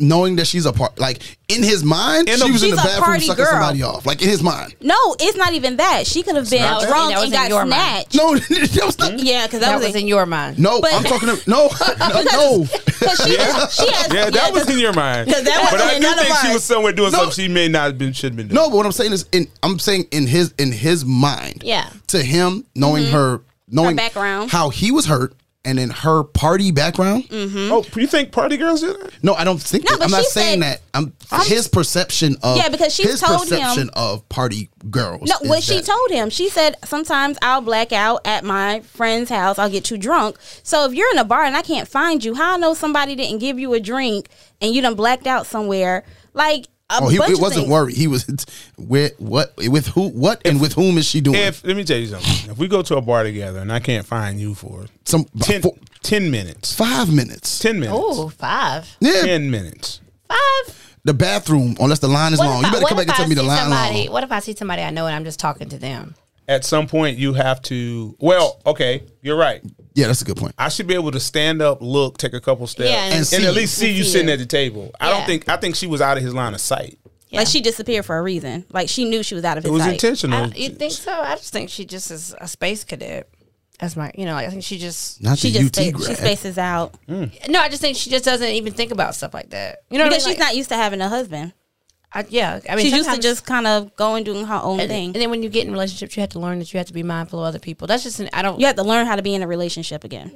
[SPEAKER 4] knowing that she's a part, like in his mind,
[SPEAKER 3] In
[SPEAKER 4] she
[SPEAKER 3] a-
[SPEAKER 4] was in the
[SPEAKER 1] She's a
[SPEAKER 4] bathroom
[SPEAKER 1] party
[SPEAKER 4] sucking
[SPEAKER 1] girl.
[SPEAKER 4] somebody off. Like in his mind.
[SPEAKER 1] No, it's not even that. She could have been
[SPEAKER 2] not that.
[SPEAKER 1] drunk
[SPEAKER 2] That was
[SPEAKER 1] and
[SPEAKER 2] in
[SPEAKER 1] got
[SPEAKER 2] your mind.
[SPEAKER 1] snatched.
[SPEAKER 4] No, that was not,
[SPEAKER 1] Yeah, because that,
[SPEAKER 2] that
[SPEAKER 1] was,
[SPEAKER 2] was in your mind.
[SPEAKER 1] Mm-hmm.
[SPEAKER 4] no.
[SPEAKER 1] But-
[SPEAKER 4] I'm talking. To, no, no,
[SPEAKER 1] Because she, she has,
[SPEAKER 3] Yeah, that was in your mind.
[SPEAKER 1] 'cause that
[SPEAKER 3] but
[SPEAKER 1] wasn't
[SPEAKER 3] I
[SPEAKER 1] in
[SPEAKER 3] do
[SPEAKER 1] none of
[SPEAKER 3] think she
[SPEAKER 1] ours.
[SPEAKER 3] was somewhere doing
[SPEAKER 4] No.
[SPEAKER 3] something she may not have been should have been doing.
[SPEAKER 4] no. But what I'm saying is, in I'm saying in his in his mind.
[SPEAKER 2] Yeah.
[SPEAKER 4] To him, knowing her, knowing
[SPEAKER 1] Mm-hmm. background. Mm.
[SPEAKER 4] how he was hurt, and in her party background,
[SPEAKER 3] Oh, you think party girls do that?
[SPEAKER 4] no, I don't think.
[SPEAKER 1] No,
[SPEAKER 4] that.
[SPEAKER 1] but
[SPEAKER 4] I'm not
[SPEAKER 1] she
[SPEAKER 4] saying
[SPEAKER 1] said-
[SPEAKER 4] that. I'm, his perception of
[SPEAKER 1] Yeah, because she's
[SPEAKER 4] his
[SPEAKER 1] told
[SPEAKER 4] perception
[SPEAKER 1] him-
[SPEAKER 4] of party girls.
[SPEAKER 1] No,
[SPEAKER 4] is
[SPEAKER 1] what she
[SPEAKER 4] that-
[SPEAKER 1] told him, she said, sometimes I'll black out at my friend's house. I'll get too drunk. So if you're in a bar and I can't find you, how I know somebody didn't give you a drink and you done blacked out somewhere? Like, a
[SPEAKER 4] Oh, he
[SPEAKER 1] bunch
[SPEAKER 4] it
[SPEAKER 1] of
[SPEAKER 4] wasn't
[SPEAKER 1] things.
[SPEAKER 4] worried. He was with what with who what and with whom is she doing?
[SPEAKER 3] If let me tell you something. If we go to a bar together and I can't find you for
[SPEAKER 4] Some
[SPEAKER 3] ten,
[SPEAKER 4] four-
[SPEAKER 3] 10 minutes,
[SPEAKER 4] five minutes.
[SPEAKER 3] ten minutes,
[SPEAKER 2] Oh, five.
[SPEAKER 4] yeah,
[SPEAKER 3] ten minutes.
[SPEAKER 2] Five.
[SPEAKER 4] the bathroom. Unless the line is
[SPEAKER 2] What
[SPEAKER 4] long,
[SPEAKER 2] if I-
[SPEAKER 4] you better
[SPEAKER 2] what
[SPEAKER 4] come back
[SPEAKER 2] if
[SPEAKER 4] and
[SPEAKER 2] I
[SPEAKER 4] tell me the
[SPEAKER 2] see
[SPEAKER 4] line
[SPEAKER 2] somebody-
[SPEAKER 4] long.
[SPEAKER 2] What if I see somebody I know and I'm just talking to them?
[SPEAKER 3] At some point, you have to. Well, okay, you're right.
[SPEAKER 4] Yeah, that's a good point.
[SPEAKER 3] I should be able to stand up, look, take a couple steps,
[SPEAKER 2] Yeah, and-
[SPEAKER 3] and,
[SPEAKER 4] And see
[SPEAKER 3] at least see
[SPEAKER 2] and
[SPEAKER 3] you
[SPEAKER 2] see
[SPEAKER 3] sitting
[SPEAKER 2] you.
[SPEAKER 3] at the table. I
[SPEAKER 2] Yeah.
[SPEAKER 3] don't think. I think she was out of his line of sight.
[SPEAKER 2] Yeah.
[SPEAKER 1] Like, she disappeared for a reason. Like, she knew she was out of his
[SPEAKER 3] It was
[SPEAKER 1] sight.
[SPEAKER 3] intentional.
[SPEAKER 2] I, you think so? I just think she just is a space cadet. As my, you know, I think she just
[SPEAKER 4] Not
[SPEAKER 1] She
[SPEAKER 4] the
[SPEAKER 1] just
[SPEAKER 4] UT
[SPEAKER 1] spa- she
[SPEAKER 4] grad.
[SPEAKER 1] spaces out
[SPEAKER 2] no. I just think she just doesn't even think about stuff like that. You know,
[SPEAKER 1] because
[SPEAKER 2] what I mean?
[SPEAKER 1] she's not used to having a husband.
[SPEAKER 2] not. I, yeah, I mean,
[SPEAKER 1] She's used to
[SPEAKER 2] sometimes-
[SPEAKER 1] just kind of going doing her own
[SPEAKER 2] And,
[SPEAKER 1] thing.
[SPEAKER 2] and then when you get in relationships, you have to learn that you have to be mindful of other people. That's just an, I don't
[SPEAKER 1] You have to learn how to be in a relationship again.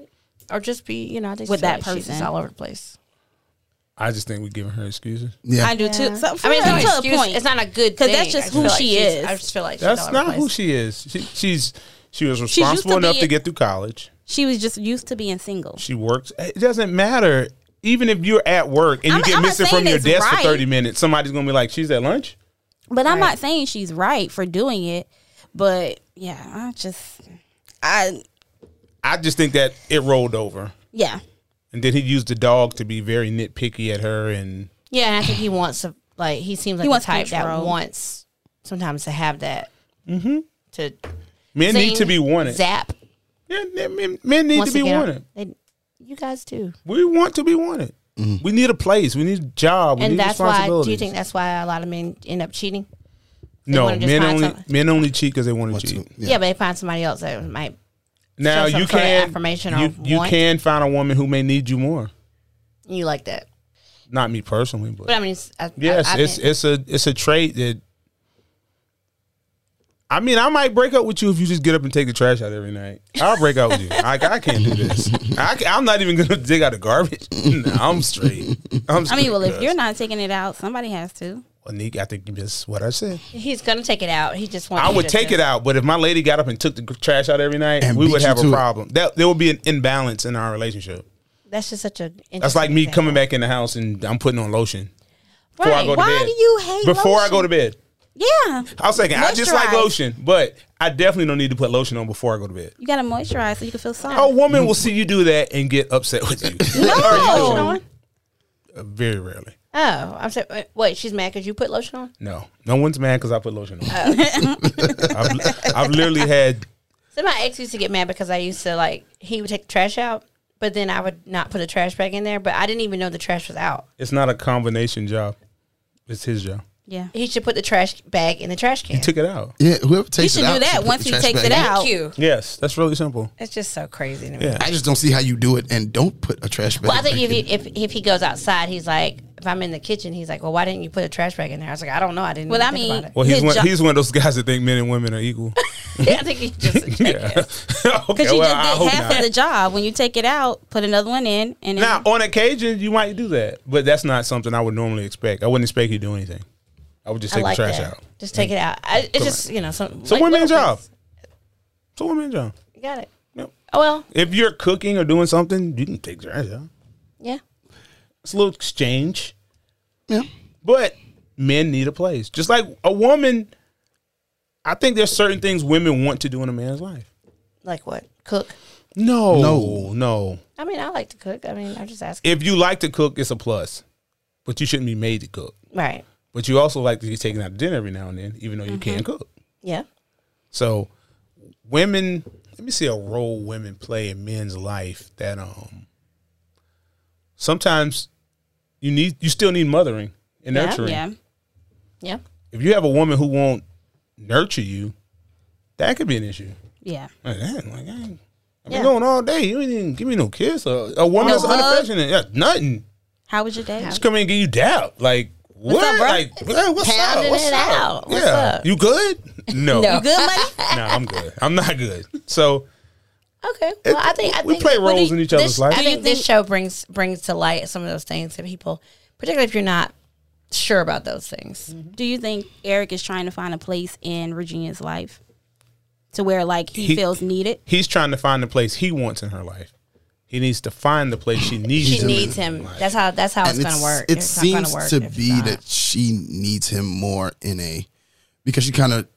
[SPEAKER 2] or just be you know I just
[SPEAKER 1] With
[SPEAKER 2] feel
[SPEAKER 1] that
[SPEAKER 2] like she's just
[SPEAKER 1] person.
[SPEAKER 2] all over the place.
[SPEAKER 3] I just think we're giving her excuses.
[SPEAKER 4] Yeah,
[SPEAKER 1] I do too. So,
[SPEAKER 2] I mean, it's,
[SPEAKER 1] up
[SPEAKER 2] not
[SPEAKER 1] to
[SPEAKER 2] an
[SPEAKER 1] a
[SPEAKER 2] excuse.
[SPEAKER 1] point.
[SPEAKER 2] it's not a good
[SPEAKER 1] 'Cause
[SPEAKER 2] thing.
[SPEAKER 1] that's
[SPEAKER 2] I
[SPEAKER 1] just
[SPEAKER 2] just
[SPEAKER 1] who
[SPEAKER 2] feel like
[SPEAKER 1] she
[SPEAKER 2] she's-
[SPEAKER 1] is.
[SPEAKER 2] I just feel like she's
[SPEAKER 3] That's
[SPEAKER 2] all
[SPEAKER 3] not
[SPEAKER 2] over the
[SPEAKER 3] who
[SPEAKER 2] place.
[SPEAKER 3] she is. She, she's she was
[SPEAKER 1] to
[SPEAKER 3] responsible enough to
[SPEAKER 1] being-
[SPEAKER 3] get through college.
[SPEAKER 1] she was just used to being single.
[SPEAKER 3] She works. It doesn't matter. Even if you're at work and you
[SPEAKER 1] I'm-
[SPEAKER 3] get
[SPEAKER 1] I'm not
[SPEAKER 3] missing
[SPEAKER 1] saying
[SPEAKER 3] from your
[SPEAKER 1] it's
[SPEAKER 3] desk for
[SPEAKER 1] right.
[SPEAKER 3] 30 minutes, somebody's going to be like, she's at lunch?
[SPEAKER 1] But I'm not saying she's right for doing it. But yeah, I just, I
[SPEAKER 3] I just think that it rolled over.
[SPEAKER 1] yeah.
[SPEAKER 3] And then he used the dog to be very nitpicky at her. And
[SPEAKER 2] Yeah, and I think he wants to like he seems like
[SPEAKER 1] He
[SPEAKER 2] the
[SPEAKER 1] wants
[SPEAKER 2] type that
[SPEAKER 1] control. Mm-hmm.
[SPEAKER 2] wants sometimes to have that to
[SPEAKER 3] men need
[SPEAKER 2] zing,
[SPEAKER 3] to be wanted.
[SPEAKER 2] Zap
[SPEAKER 3] Yeah, men, men- men need
[SPEAKER 2] wants
[SPEAKER 3] to be
[SPEAKER 2] get out-
[SPEAKER 3] wanted.
[SPEAKER 2] they- you guys do,
[SPEAKER 3] We want to be wanted. We need a place. We need a job. We
[SPEAKER 2] and
[SPEAKER 3] need
[SPEAKER 2] that's why. Do you
[SPEAKER 3] responsibilities.
[SPEAKER 2] think that's why a lot of men end up cheating?
[SPEAKER 3] no,
[SPEAKER 2] wanna just
[SPEAKER 3] men
[SPEAKER 2] find
[SPEAKER 3] only
[SPEAKER 2] something?
[SPEAKER 3] men only cheat because they want to
[SPEAKER 4] What's-
[SPEAKER 3] cheat.
[SPEAKER 2] Yeah. but they find somebody else that might.
[SPEAKER 3] Now
[SPEAKER 2] some
[SPEAKER 3] you
[SPEAKER 2] sort of
[SPEAKER 3] can
[SPEAKER 2] affirmation or
[SPEAKER 3] you, you
[SPEAKER 2] want.
[SPEAKER 3] can find a woman who may need you more.
[SPEAKER 2] You like that,
[SPEAKER 3] Not me personally, but
[SPEAKER 2] but I mean, it's- I,
[SPEAKER 3] Yes,
[SPEAKER 2] I, I
[SPEAKER 3] it's
[SPEAKER 2] think-
[SPEAKER 3] it's a it's a trait that. I mean, I might break up with you if you just get up and take the trash out every night. I'll break up with you. I, I can't do this. I, am not even gonna dig out the garbage. No, I'm straight. I'm
[SPEAKER 1] I
[SPEAKER 3] straight
[SPEAKER 1] mean, well, if
[SPEAKER 3] cuz.
[SPEAKER 1] you're not taking it out, somebody has to.
[SPEAKER 3] Anika, I think that's what I said.
[SPEAKER 2] he's gonna take it out. He just wants.
[SPEAKER 3] I
[SPEAKER 2] you
[SPEAKER 3] would
[SPEAKER 2] to
[SPEAKER 3] take
[SPEAKER 2] just-
[SPEAKER 3] it out, but if my lady got up and took the trash out every night,
[SPEAKER 4] And
[SPEAKER 3] we
[SPEAKER 4] beat
[SPEAKER 3] would
[SPEAKER 4] you
[SPEAKER 3] have a
[SPEAKER 4] to it.
[SPEAKER 3] problem. That there would be an imbalance in our relationship.
[SPEAKER 2] That's just such a.
[SPEAKER 3] That's like me coming back in the house and I'm putting on lotion before I
[SPEAKER 1] Right.
[SPEAKER 3] go to
[SPEAKER 1] Why
[SPEAKER 3] bed.
[SPEAKER 1] do you hate
[SPEAKER 3] before I
[SPEAKER 1] lotion?
[SPEAKER 3] go to bed?
[SPEAKER 1] Yeah,
[SPEAKER 3] I was thinking, I just like
[SPEAKER 1] Moisturize.
[SPEAKER 3] lotion, but I definitely don't need to put lotion on before I go to bed.
[SPEAKER 1] you gotta moisturize so you can feel soft.
[SPEAKER 3] A woman will see you do that and get upset with you.
[SPEAKER 1] no,
[SPEAKER 3] Uh, Very rarely.
[SPEAKER 2] Oh, I'm sorry. wait, Wait, she's mad because you put lotion on.
[SPEAKER 3] No. No one's mad because I put lotion on.
[SPEAKER 1] Oh.
[SPEAKER 3] I've, I've literally had,
[SPEAKER 2] So my ex used to get mad because I used to like he would take the trash out, but then I would not put a trash bag in there. But I didn't even know the trash was out.
[SPEAKER 3] it's not a combination job, it's his job.
[SPEAKER 1] yeah.
[SPEAKER 2] He should put the trash bag in the trash can.
[SPEAKER 3] He took it out.
[SPEAKER 4] yeah,
[SPEAKER 1] You
[SPEAKER 4] whoever takes
[SPEAKER 1] should
[SPEAKER 4] it out
[SPEAKER 1] do that
[SPEAKER 4] put
[SPEAKER 1] once
[SPEAKER 4] the
[SPEAKER 1] he
[SPEAKER 4] trash
[SPEAKER 1] takes it
[SPEAKER 4] bag in.
[SPEAKER 1] out.
[SPEAKER 2] Thank you.
[SPEAKER 3] Yes, that's really simple.
[SPEAKER 2] It's just so crazy to me.
[SPEAKER 3] Yeah.
[SPEAKER 4] I just don't see how you do it and don't put a trash bag.
[SPEAKER 2] Well, I think
[SPEAKER 4] back
[SPEAKER 2] if,
[SPEAKER 4] in.
[SPEAKER 2] he, if if he goes outside, he's like, if I'm in the kitchen, he's like, well, why didn't you put a trash bag in there? I was like, I don't know, I didn't.
[SPEAKER 1] Well,
[SPEAKER 2] even
[SPEAKER 1] I
[SPEAKER 2] think
[SPEAKER 1] mean-
[SPEAKER 2] about it.
[SPEAKER 3] Well, he's
[SPEAKER 1] His
[SPEAKER 3] one,
[SPEAKER 1] jo-
[SPEAKER 3] he's one of those guys that think men and women are equal.
[SPEAKER 2] yeah, I think he just.
[SPEAKER 3] yeah. okay,
[SPEAKER 1] Because you
[SPEAKER 3] well, I
[SPEAKER 1] just did
[SPEAKER 3] hope
[SPEAKER 1] half
[SPEAKER 3] not.
[SPEAKER 1] of the job. When you take it out, put another one in, and then,
[SPEAKER 3] Now, on occasion, you might do that, but that's not something I would normally expect. I wouldn't expect you to do anything. I would just
[SPEAKER 2] I
[SPEAKER 3] take
[SPEAKER 2] like
[SPEAKER 3] the trash
[SPEAKER 2] that.
[SPEAKER 3] out.
[SPEAKER 2] Just take it out. I, it's just you know some.
[SPEAKER 3] It's a
[SPEAKER 2] like,
[SPEAKER 3] women's
[SPEAKER 2] little
[SPEAKER 3] job.
[SPEAKER 2] things.
[SPEAKER 3] It's a women's job.
[SPEAKER 2] Got it.
[SPEAKER 3] Yep.
[SPEAKER 2] Oh well,
[SPEAKER 3] If you're cooking or doing something, you can take the trash out.
[SPEAKER 2] yeah.
[SPEAKER 3] It's a little exchange,
[SPEAKER 4] yeah.
[SPEAKER 3] but men need a place. Just like a woman, I think there's certain things women want to do in a man's life.
[SPEAKER 2] Like what? Cook.
[SPEAKER 3] No,
[SPEAKER 4] No.
[SPEAKER 3] no, no.
[SPEAKER 2] I mean, I like to cook. I mean, I'm just asking.
[SPEAKER 3] If you like to cook, it's a plus, but you shouldn't be made to cook.
[SPEAKER 2] right.
[SPEAKER 3] But you also like to be taken out to dinner every now and then, even though you
[SPEAKER 1] Mm-hmm.
[SPEAKER 3] can't cook.
[SPEAKER 2] Yeah.
[SPEAKER 3] So, women, let me see a role women play in men's life that um sometimes you need you still need mothering and
[SPEAKER 2] Yeah.
[SPEAKER 3] nurturing.
[SPEAKER 1] yeah,
[SPEAKER 2] Yeah.
[SPEAKER 3] If you have a woman who won't nurture you, that could be an issue.
[SPEAKER 1] yeah.
[SPEAKER 3] Like, dang, like, I ain't- I've been
[SPEAKER 2] Yeah.
[SPEAKER 3] going all day. You ain't even give me no kiss. Or, a woman
[SPEAKER 1] No
[SPEAKER 3] that's
[SPEAKER 1] hug?
[SPEAKER 3] unaffectionate, yeah, nothing.
[SPEAKER 1] How was your day?
[SPEAKER 3] Just come in and give you dap. Like what?
[SPEAKER 1] up, bro?
[SPEAKER 3] like yeah, what's
[SPEAKER 2] Pounding
[SPEAKER 3] up? What's
[SPEAKER 2] it
[SPEAKER 3] up?
[SPEAKER 2] out. What's
[SPEAKER 3] yeah,
[SPEAKER 2] up?
[SPEAKER 3] you good? No,
[SPEAKER 2] No.
[SPEAKER 1] Good money.
[SPEAKER 3] no, I'm good. I'm not good. So
[SPEAKER 2] Okay. Well, I think I
[SPEAKER 3] we
[SPEAKER 2] think
[SPEAKER 3] play
[SPEAKER 2] what do
[SPEAKER 3] roles
[SPEAKER 2] you-
[SPEAKER 3] in each other's
[SPEAKER 2] this-
[SPEAKER 3] life.
[SPEAKER 2] I
[SPEAKER 1] Do you
[SPEAKER 2] think this
[SPEAKER 1] think-
[SPEAKER 2] show brings brings to light some of those things that people, particularly if you're not sure about those things.
[SPEAKER 1] Do you think Eric is trying to find a place in Regina's life to where like he,
[SPEAKER 3] He-
[SPEAKER 1] feels needed?
[SPEAKER 3] He's trying to find the place he wants in her life. He needs to find the place she needs.
[SPEAKER 2] She
[SPEAKER 3] him in
[SPEAKER 2] needs
[SPEAKER 3] her
[SPEAKER 2] him.
[SPEAKER 3] life.
[SPEAKER 2] That's how that's how it's,
[SPEAKER 4] And
[SPEAKER 2] gonna work.
[SPEAKER 4] It
[SPEAKER 2] It's not gonna
[SPEAKER 4] seems
[SPEAKER 2] work
[SPEAKER 4] to
[SPEAKER 2] if it's
[SPEAKER 4] be
[SPEAKER 2] not.
[SPEAKER 4] that she needs him more in a because she kind of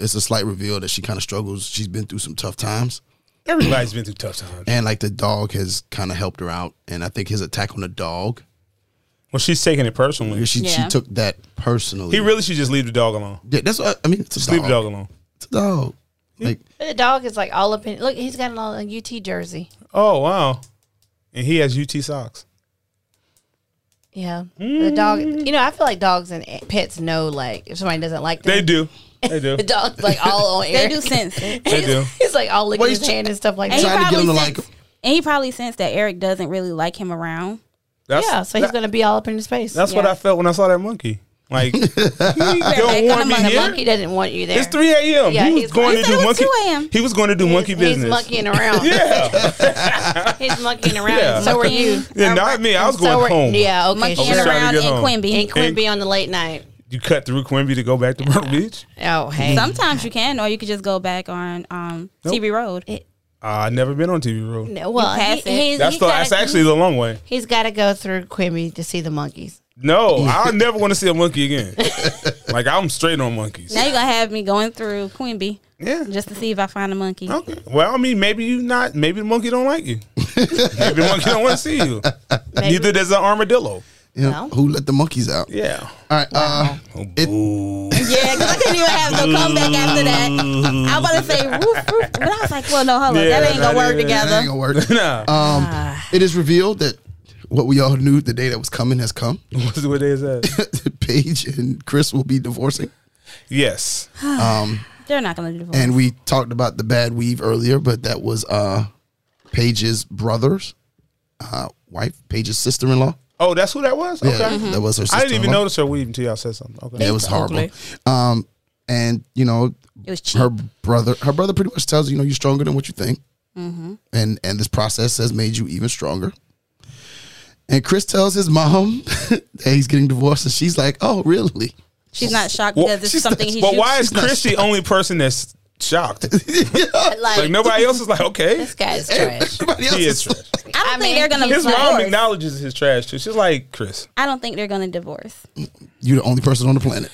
[SPEAKER 4] it's a slight reveal that she kind of struggles. She's been through some tough times,
[SPEAKER 3] Everybody's been through tough times.
[SPEAKER 4] and like the dog has kind of helped her out. And I think his attack on the dog,
[SPEAKER 3] Well, she's taking it personally.
[SPEAKER 4] she
[SPEAKER 1] Yeah.
[SPEAKER 4] she took that personally.
[SPEAKER 3] He really should just leave the dog alone.
[SPEAKER 4] yeah, that's what I, I mean. It's a
[SPEAKER 3] Just leave the
[SPEAKER 4] dog.
[SPEAKER 3] dog alone.
[SPEAKER 4] It's a dog. Like
[SPEAKER 2] But the dog is like all up in. Look, he's got an all a UT jersey.
[SPEAKER 3] Oh wow, and he has UT socks.
[SPEAKER 2] Yeah, the dog. You know, I feel like dogs and pets know like if somebody doesn't like them.
[SPEAKER 3] They do. They do.
[SPEAKER 2] The dog's like all on
[SPEAKER 1] They
[SPEAKER 2] Eric.
[SPEAKER 1] do sense it.
[SPEAKER 3] They do.
[SPEAKER 2] He's like all licking
[SPEAKER 4] Well,
[SPEAKER 2] his
[SPEAKER 4] he's tr-
[SPEAKER 2] hand and stuff like
[SPEAKER 1] And
[SPEAKER 2] that.
[SPEAKER 1] he
[SPEAKER 4] Trying to get
[SPEAKER 1] probably
[SPEAKER 4] him to like
[SPEAKER 1] sense-
[SPEAKER 4] him.
[SPEAKER 1] and he probably sensed that Eric doesn't really like him around.
[SPEAKER 3] That's,
[SPEAKER 2] Yeah, so he's
[SPEAKER 3] that-
[SPEAKER 2] gonna be all up in his face.
[SPEAKER 3] that's what
[SPEAKER 1] yeah.
[SPEAKER 3] I felt when I saw that monkey. Like you don't
[SPEAKER 1] on the
[SPEAKER 3] want me
[SPEAKER 1] monkey.
[SPEAKER 2] the
[SPEAKER 3] here.
[SPEAKER 2] monkey doesn't want you there.
[SPEAKER 3] It's three a.m.
[SPEAKER 2] Yeah,
[SPEAKER 3] he was
[SPEAKER 2] he's-
[SPEAKER 3] going
[SPEAKER 1] He
[SPEAKER 3] to
[SPEAKER 1] said
[SPEAKER 3] do
[SPEAKER 1] it was
[SPEAKER 3] monkey.
[SPEAKER 1] 2 a.m.
[SPEAKER 3] He was going to do monkey
[SPEAKER 2] he's,
[SPEAKER 3] business.
[SPEAKER 2] He's monkeying around.
[SPEAKER 3] Yeah,
[SPEAKER 2] He's monkeying around.
[SPEAKER 3] Yeah.
[SPEAKER 2] So are you.
[SPEAKER 3] yeah, not me. I was
[SPEAKER 2] so
[SPEAKER 3] going
[SPEAKER 2] are-
[SPEAKER 3] home.
[SPEAKER 2] Yeah, okay.
[SPEAKER 1] Monkey
[SPEAKER 3] was
[SPEAKER 1] and
[SPEAKER 2] Sure.
[SPEAKER 3] trying to
[SPEAKER 1] around
[SPEAKER 3] get
[SPEAKER 1] and
[SPEAKER 3] home.
[SPEAKER 1] Quimby.
[SPEAKER 2] And Quimby on the late night.
[SPEAKER 3] You cut through Quimby to go back to Myrtle Beach.
[SPEAKER 2] Oh, hey.
[SPEAKER 1] Sometimes you can, or you could just go back on um, TV Road.
[SPEAKER 3] Ah, I never been on TV Road.
[SPEAKER 2] No, well,
[SPEAKER 1] You pass
[SPEAKER 2] he,
[SPEAKER 1] it.
[SPEAKER 2] he's,
[SPEAKER 3] That's
[SPEAKER 2] he
[SPEAKER 3] the,
[SPEAKER 2] gotta-
[SPEAKER 3] that's actually the long way.
[SPEAKER 2] He's got to go through Quimby to see the monkeys.
[SPEAKER 3] No, I never want to see a monkey again. like I'm straight on monkeys.
[SPEAKER 1] Now you're gonna have me going through Quimby
[SPEAKER 3] Yeah.
[SPEAKER 1] just to see if I find a monkey.
[SPEAKER 3] Okay. Well, I mean, maybe you not. Maybe the monkey don't like you. maybe the monkey don't want to see you.
[SPEAKER 2] Maybe.
[SPEAKER 3] Neither does an armadillo.
[SPEAKER 4] you know,
[SPEAKER 2] Well.
[SPEAKER 4] who let the monkeys out?
[SPEAKER 3] Yeah. Oh,
[SPEAKER 4] All right, uh,
[SPEAKER 1] Yeah, because I couldn't even have no comeback after that. I want to say woof, woof, but I was like, well, no, hold on,
[SPEAKER 3] Yeah,
[SPEAKER 1] that ain't gonna
[SPEAKER 3] that
[SPEAKER 1] work
[SPEAKER 3] is-
[SPEAKER 4] that ain't
[SPEAKER 1] together.
[SPEAKER 4] gonna work.
[SPEAKER 3] nah.
[SPEAKER 4] Um, it is revealed that what we all knew the day that was coming has come.
[SPEAKER 3] What's what day is that?
[SPEAKER 4] Paige and Chris will be divorcing.
[SPEAKER 3] yes.
[SPEAKER 1] They're not gonna divorce.
[SPEAKER 4] And we talked about the bad weave earlier, but that was uh Paige's brother's uh wife, Paige's sister in law.
[SPEAKER 3] Oh, that's who that was. Okay.
[SPEAKER 4] Yeah, that was her sister.
[SPEAKER 3] I didn't even notice her weave until y'all said something. Okay.
[SPEAKER 4] It was horrible. Um and you know
[SPEAKER 1] It was cheap.
[SPEAKER 4] her brother her brother pretty much tells you, you know, you're stronger than what you think.
[SPEAKER 1] Mm-hmm.
[SPEAKER 4] And and this process has made you even stronger. And Chris tells his mom that he's getting divorced, and she's like, "Oh, really?"
[SPEAKER 1] She's not shocked
[SPEAKER 3] Well,
[SPEAKER 1] because it's
[SPEAKER 4] she's
[SPEAKER 1] something
[SPEAKER 4] not-
[SPEAKER 1] he
[SPEAKER 3] But
[SPEAKER 1] shoots.
[SPEAKER 3] why is Chris the only person that's shocked? Like nobody else is like, okay,
[SPEAKER 2] This guy's trash.
[SPEAKER 4] Everybody else
[SPEAKER 3] he
[SPEAKER 4] is
[SPEAKER 3] is trash.
[SPEAKER 1] I don't
[SPEAKER 2] I
[SPEAKER 1] think
[SPEAKER 2] mean,
[SPEAKER 1] they're gonna
[SPEAKER 3] His
[SPEAKER 1] divorce.
[SPEAKER 3] mom acknowledges his trash too. She's like, Chris,
[SPEAKER 1] I don't think they're gonna divorce.
[SPEAKER 4] You're the only person on the planet.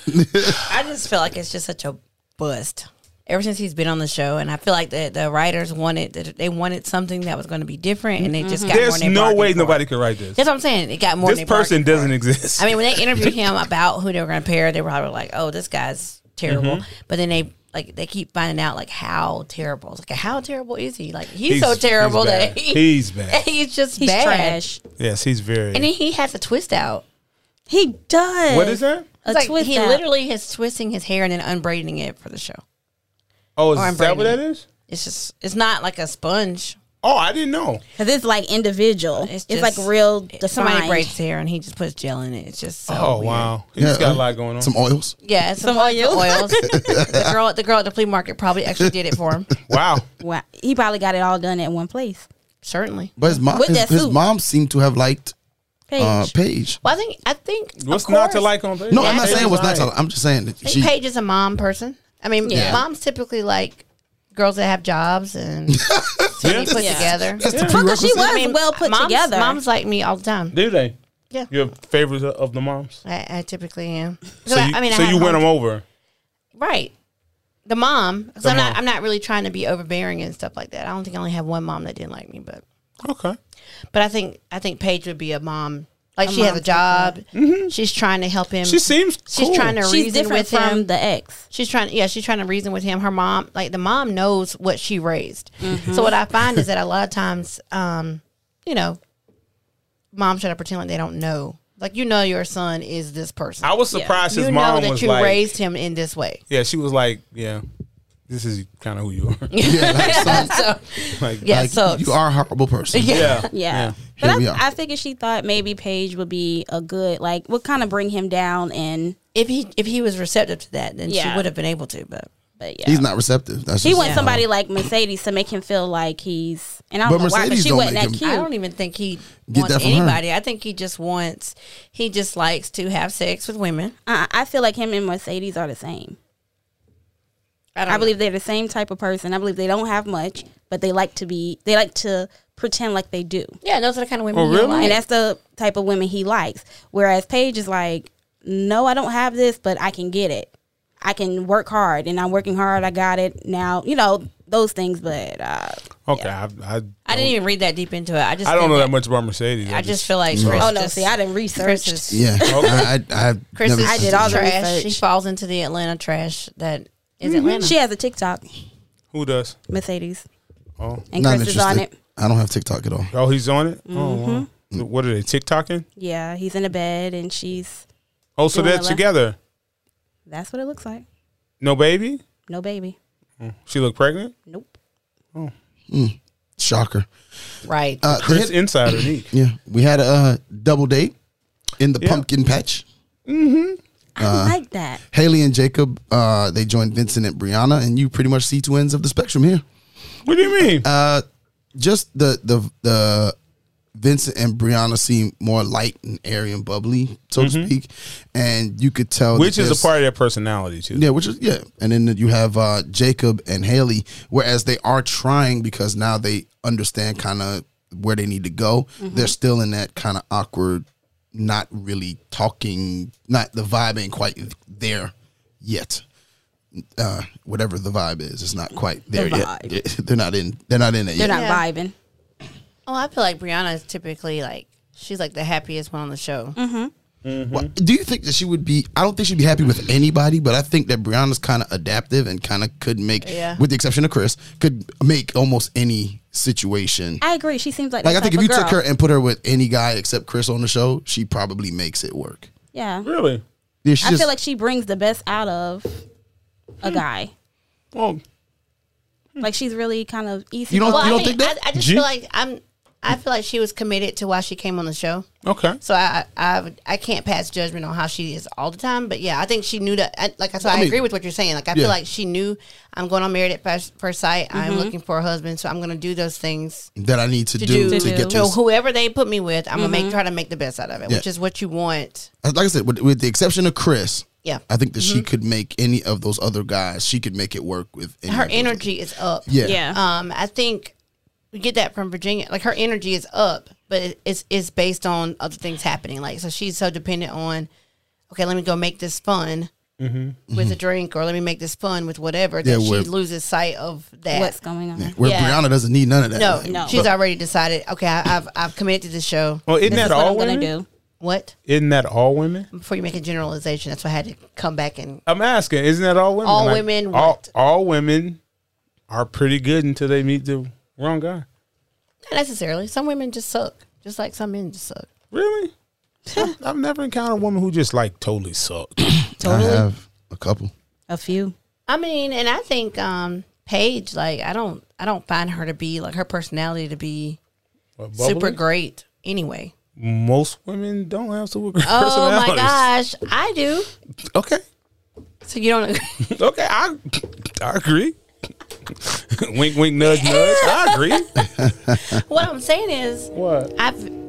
[SPEAKER 2] I just feel like it's just such a bust. Ever since he's been on the show, and I feel like the, the writers wanted they wanted something that was going to be different, and they just got more
[SPEAKER 3] there's
[SPEAKER 2] than they
[SPEAKER 3] no
[SPEAKER 2] bargained
[SPEAKER 3] way
[SPEAKER 2] for.
[SPEAKER 3] nobody could write this.
[SPEAKER 2] That's what I'm saying. It got more. than
[SPEAKER 3] This
[SPEAKER 2] they bargained
[SPEAKER 3] person
[SPEAKER 2] for.
[SPEAKER 3] doesn't exist.
[SPEAKER 2] I mean, when they interviewed him about who they were going to pair, they were probably like, "Oh, this guy's terrible."
[SPEAKER 3] Mm-hmm.
[SPEAKER 2] But then they like they keep finding out like how terrible. It's like how terrible is he? Like he's, so terrible
[SPEAKER 3] bad.
[SPEAKER 2] that he,
[SPEAKER 3] he's bad.
[SPEAKER 2] he's just
[SPEAKER 1] He's
[SPEAKER 2] bad.
[SPEAKER 1] trash.
[SPEAKER 3] Yes, he's very.
[SPEAKER 2] And then he has a twist out.
[SPEAKER 1] He does.
[SPEAKER 3] what is that?
[SPEAKER 1] A
[SPEAKER 2] It's like
[SPEAKER 1] twist.
[SPEAKER 2] he
[SPEAKER 1] out.
[SPEAKER 2] literally is twisting his hair and then unbraiding it for the show.
[SPEAKER 3] Oh, is
[SPEAKER 2] Or
[SPEAKER 3] that what that
[SPEAKER 2] Brady.
[SPEAKER 3] is?
[SPEAKER 2] It's just it's not like a sponge.
[SPEAKER 3] Oh, I didn't know.
[SPEAKER 1] Cause it's like individual.
[SPEAKER 2] It's
[SPEAKER 1] It's,
[SPEAKER 2] just-
[SPEAKER 1] like real defined.
[SPEAKER 2] Somebody braids hair and he just puts gel in it. It's just so
[SPEAKER 3] oh
[SPEAKER 2] weird.
[SPEAKER 3] wow, he's got a lot going on.
[SPEAKER 4] uh, Some oils.
[SPEAKER 2] Yeah, it's some oils. oils. the girl the girl at the flea market probably actually did it for him.
[SPEAKER 3] wow,
[SPEAKER 1] Wow. He probably got it all done at one place.
[SPEAKER 2] Certainly.
[SPEAKER 4] But his mom,
[SPEAKER 1] With
[SPEAKER 4] his,
[SPEAKER 1] that
[SPEAKER 4] his
[SPEAKER 1] suit.
[SPEAKER 4] mom seemed to have liked
[SPEAKER 1] Paige.
[SPEAKER 4] uh, Paige.
[SPEAKER 2] Well, I think I think of
[SPEAKER 3] what's not to
[SPEAKER 2] course-
[SPEAKER 3] like on?
[SPEAKER 4] No, I'm not saying what's not
[SPEAKER 3] Right.
[SPEAKER 4] to. I'm just saying that
[SPEAKER 2] I
[SPEAKER 4] she.
[SPEAKER 2] think Paige is a mom person. I mean,
[SPEAKER 1] Yeah.
[SPEAKER 2] moms typically like girls that have jobs and
[SPEAKER 3] Yeah.
[SPEAKER 2] put
[SPEAKER 1] Yeah.
[SPEAKER 2] together.
[SPEAKER 4] That's the
[SPEAKER 1] Because she
[SPEAKER 4] prerequisite.
[SPEAKER 1] was well put
[SPEAKER 2] moms,
[SPEAKER 1] together.
[SPEAKER 2] Moms like me all the time.
[SPEAKER 3] Do they?
[SPEAKER 2] Yeah,
[SPEAKER 3] Your favorites of the moms.
[SPEAKER 2] I, I typically am.
[SPEAKER 3] So you, so
[SPEAKER 2] had
[SPEAKER 3] you
[SPEAKER 2] home-
[SPEAKER 3] win them over.
[SPEAKER 2] right? The mom. 'Cause
[SPEAKER 3] The
[SPEAKER 2] I'm not.
[SPEAKER 3] mom.
[SPEAKER 2] I'm not really trying to be overbearing and stuff like that. I don't think I only have one mom that didn't like me, but
[SPEAKER 3] Okay.
[SPEAKER 2] but I think I think Paige would be a mom. Like she
[SPEAKER 1] mom
[SPEAKER 2] has a job. She's trying to help him.
[SPEAKER 3] She seems.
[SPEAKER 2] Mm-hmm. She's
[SPEAKER 3] cool.
[SPEAKER 2] trying to
[SPEAKER 1] Mm-hmm. She's
[SPEAKER 2] reason
[SPEAKER 1] different
[SPEAKER 2] with him.
[SPEAKER 1] from the ex.
[SPEAKER 2] She's trying, yeah, she's trying to reason with him. Her mom, like the mom, knows what she raised.
[SPEAKER 1] Mm-hmm.
[SPEAKER 2] So what I find is that a lot of times, um, you know, moms try to pretend like they don't know. Like you know, your son is this person.
[SPEAKER 3] I was surprised
[SPEAKER 2] you
[SPEAKER 3] his
[SPEAKER 2] know
[SPEAKER 3] mom
[SPEAKER 2] that
[SPEAKER 3] was
[SPEAKER 2] you
[SPEAKER 3] like.
[SPEAKER 2] raised him in this way.
[SPEAKER 3] yeah, she was like, yeah, this is kind of who you are.
[SPEAKER 4] Yeah, like, son,
[SPEAKER 2] So
[SPEAKER 3] like,
[SPEAKER 2] yeah,
[SPEAKER 4] like,
[SPEAKER 2] so
[SPEAKER 4] you are a horrible person. Yeah.
[SPEAKER 3] yeah,
[SPEAKER 1] Yeah.
[SPEAKER 4] Hear
[SPEAKER 1] But
[SPEAKER 4] me out.
[SPEAKER 1] I, I figured she thought maybe Paige would be a good like would kind of bring him down and
[SPEAKER 2] if he if he was receptive to that, then
[SPEAKER 1] Yeah.
[SPEAKER 2] she would have been able to. But
[SPEAKER 1] But yeah.
[SPEAKER 4] He's not receptive. That's
[SPEAKER 1] She
[SPEAKER 4] just-
[SPEAKER 1] wants somebody like Mercedes to make him feel like he's, and I don't
[SPEAKER 4] But
[SPEAKER 1] know why, but
[SPEAKER 4] Mercedes
[SPEAKER 1] she
[SPEAKER 4] don't
[SPEAKER 1] wasn't
[SPEAKER 4] make
[SPEAKER 1] that
[SPEAKER 4] him-
[SPEAKER 1] cute.
[SPEAKER 2] I don't even think he
[SPEAKER 4] Get
[SPEAKER 2] wants
[SPEAKER 4] that from her.
[SPEAKER 2] anybody. I think he just wants. He just likes to have sex with women.
[SPEAKER 1] uh, I feel like him and Mercedes are the same.
[SPEAKER 2] I, don't
[SPEAKER 1] I
[SPEAKER 2] know.
[SPEAKER 1] believe they're the same type of person. I believe they don't have much, but they like to be, they like to pretend like they do.
[SPEAKER 2] Yeah, those are the kind of women.
[SPEAKER 3] Oh,
[SPEAKER 2] he
[SPEAKER 3] really?
[SPEAKER 2] likes.
[SPEAKER 1] And that's the type of women he likes. Whereas Paige is like, no, I don't have this, but I can get it. I can work hard, and I'm working hard. I got it now. You know those things, but uh,
[SPEAKER 3] Okay, I, I,
[SPEAKER 2] I didn't even read that deep into it. I just
[SPEAKER 3] I don't
[SPEAKER 2] think
[SPEAKER 3] know that much about Mercedes.
[SPEAKER 2] I just feel like Chris
[SPEAKER 1] oh no,
[SPEAKER 2] just-
[SPEAKER 1] see, I didn't research.
[SPEAKER 2] Chris is,
[SPEAKER 4] Yeah, I, I, I've
[SPEAKER 2] Chris
[SPEAKER 4] never.
[SPEAKER 2] is
[SPEAKER 1] I did all the
[SPEAKER 2] trash. She
[SPEAKER 1] research.
[SPEAKER 2] falls into the Atlanta trash that is Atlanta.
[SPEAKER 1] Mm-hmm. She has a TikTok,
[SPEAKER 3] who does.
[SPEAKER 1] Mercedes,
[SPEAKER 3] Oh,
[SPEAKER 1] and
[SPEAKER 4] Not
[SPEAKER 1] Chris is on it.
[SPEAKER 4] interested. I don't have TikTok at all.
[SPEAKER 3] oh, he's on it. Oh,
[SPEAKER 1] Mm-hmm.
[SPEAKER 3] wow. what are they TikToking?
[SPEAKER 1] Yeah, he's in the bed, and she's.
[SPEAKER 3] Oh, so
[SPEAKER 1] Doing
[SPEAKER 3] they're
[SPEAKER 1] it left.
[SPEAKER 3] together.
[SPEAKER 1] That's what it looks like.
[SPEAKER 3] No baby.
[SPEAKER 1] No baby.
[SPEAKER 3] She look pregnant.
[SPEAKER 1] Nope.
[SPEAKER 4] Shocker.
[SPEAKER 2] Right.
[SPEAKER 4] Uh, they
[SPEAKER 3] Chris
[SPEAKER 4] had-
[SPEAKER 3] insider Neek.
[SPEAKER 4] yeah, we had a uh, double date in the pumpkin patch. Uh-huh.
[SPEAKER 1] I like that.
[SPEAKER 4] Haley and Jacob, uh, they joined Vincent and Brianna, and you pretty much see two ends of the spectrum here.
[SPEAKER 3] What do you mean?
[SPEAKER 4] Just the the the Vincent and Brianna seem more light and airy and bubbly, so to speak, and you could tell that
[SPEAKER 3] Mm-hmm. Which is
[SPEAKER 4] there's-
[SPEAKER 3] a part of their personality too.
[SPEAKER 4] Yeah, which is yeah, and then you have uh, Jacob and Haley, whereas they are trying because now they understand kind of where they need to go.
[SPEAKER 1] Mm-hmm.
[SPEAKER 4] They're still in that kind of awkward, not really talking, not the vibe ain't quite there yet. Uh, whatever the vibe is, it's not quite there
[SPEAKER 1] vibe.
[SPEAKER 4] yet. They're not in. They're not in it
[SPEAKER 1] They're not
[SPEAKER 4] yet.
[SPEAKER 2] Yeah.
[SPEAKER 1] vibing.
[SPEAKER 2] oh, I feel like Brianna is typically like she's like the happiest one on the show.
[SPEAKER 4] Well, do you think that she would be? I don't think she'd be happy with anybody, but I think that Brianna's kind of adaptive and kind of could make,
[SPEAKER 2] Yeah.
[SPEAKER 4] with the exception of Chris, could make almost any situation.
[SPEAKER 1] I agree. She seems like
[SPEAKER 4] like
[SPEAKER 1] that
[SPEAKER 4] I think if
[SPEAKER 1] type
[SPEAKER 4] you
[SPEAKER 1] of
[SPEAKER 4] took
[SPEAKER 1] girl.
[SPEAKER 4] her and put her with any guy except Chris on the show, she probably makes it work.
[SPEAKER 1] yeah,
[SPEAKER 3] Really?
[SPEAKER 4] Yeah, she
[SPEAKER 1] I
[SPEAKER 4] just,
[SPEAKER 1] feel like she brings the best out of a
[SPEAKER 2] Hmm.
[SPEAKER 1] guy.
[SPEAKER 3] Well,
[SPEAKER 1] Like she's really kind of easy.
[SPEAKER 4] You don't-
[SPEAKER 2] Well,
[SPEAKER 4] you
[SPEAKER 2] I,
[SPEAKER 4] don't
[SPEAKER 2] think,
[SPEAKER 4] think
[SPEAKER 2] I, I just
[SPEAKER 3] G?
[SPEAKER 2] feel like I'm. I feel like she was committed to why she came on the show.
[SPEAKER 3] okay.
[SPEAKER 2] So I, I, I would- I can't pass judgment on how she is all the time, but yeah, I think she knew that. I, like, so I,
[SPEAKER 4] mean-
[SPEAKER 2] agree with what you're saying. Like, I
[SPEAKER 4] Yeah.
[SPEAKER 2] feel like she knew I'm going on married at first, first sight. I'm looking for a husband, so I'm going to do those things
[SPEAKER 4] that I need Mm-hmm. to,
[SPEAKER 2] to do.
[SPEAKER 4] do, to Mm-hmm. get
[SPEAKER 2] So
[SPEAKER 4] this.
[SPEAKER 2] whoever they put me with, I'm gonna make try to make the best out of it,
[SPEAKER 4] Yeah.
[SPEAKER 2] which is what you want.
[SPEAKER 4] Like I said, with, with the exception of Chris,
[SPEAKER 2] Yeah. Mm-hmm.
[SPEAKER 4] I think that she could make any of those other guys. She could make it work with any
[SPEAKER 2] Her
[SPEAKER 4] of those-
[SPEAKER 2] energy is up.
[SPEAKER 4] Yeah.
[SPEAKER 1] Yeah.
[SPEAKER 2] Um, I think we get that from Virginia. Like her energy is up, but it- it's it's based on other things happening. Like so, she's so dependent on. Okay, let me go make this fun with a drink, or let me make this fun Mm-hmm. with whatever. That
[SPEAKER 4] Yeah,
[SPEAKER 2] she
[SPEAKER 4] where-
[SPEAKER 2] loses sight of that.
[SPEAKER 1] what's going on.
[SPEAKER 4] Where
[SPEAKER 2] Yeah.
[SPEAKER 4] Brianna doesn't need none of that.
[SPEAKER 2] no,
[SPEAKER 4] Like,
[SPEAKER 2] no,
[SPEAKER 1] No.
[SPEAKER 2] she's already decided. Okay, I, I've I've committed to this show.
[SPEAKER 3] Well, isn't
[SPEAKER 1] This is
[SPEAKER 3] that
[SPEAKER 1] what
[SPEAKER 3] all
[SPEAKER 1] I'm gonna
[SPEAKER 3] women?
[SPEAKER 1] do.
[SPEAKER 2] What?
[SPEAKER 3] Isn't that all women?
[SPEAKER 2] Before you make a generalization, that's why I had to come back and
[SPEAKER 3] I'm asking. Isn't that all women?
[SPEAKER 2] All women
[SPEAKER 3] All,
[SPEAKER 2] what?
[SPEAKER 3] all women are pretty good until they meet the wrong guy.
[SPEAKER 2] Not necessarily. Some women just suck, just like some men just suck.
[SPEAKER 3] Really? I've, I've never encountered a woman who just like totally sucked.
[SPEAKER 4] I
[SPEAKER 1] Totally,
[SPEAKER 4] have a couple.
[SPEAKER 1] a few.
[SPEAKER 2] I mean, and I think um Paige, like, I don't, I don't find her to be like her personality to be super
[SPEAKER 3] Bubbly?
[SPEAKER 2] great. Anyway.
[SPEAKER 3] Most women don't have super great
[SPEAKER 2] Oh
[SPEAKER 3] personalities.
[SPEAKER 2] my gosh, I do.
[SPEAKER 3] Okay.
[SPEAKER 2] So you don't.
[SPEAKER 3] Okay. I I agree. wink, wink, nudge, nudge. I agree.
[SPEAKER 2] what I'm saying is,
[SPEAKER 3] What?
[SPEAKER 2] I've,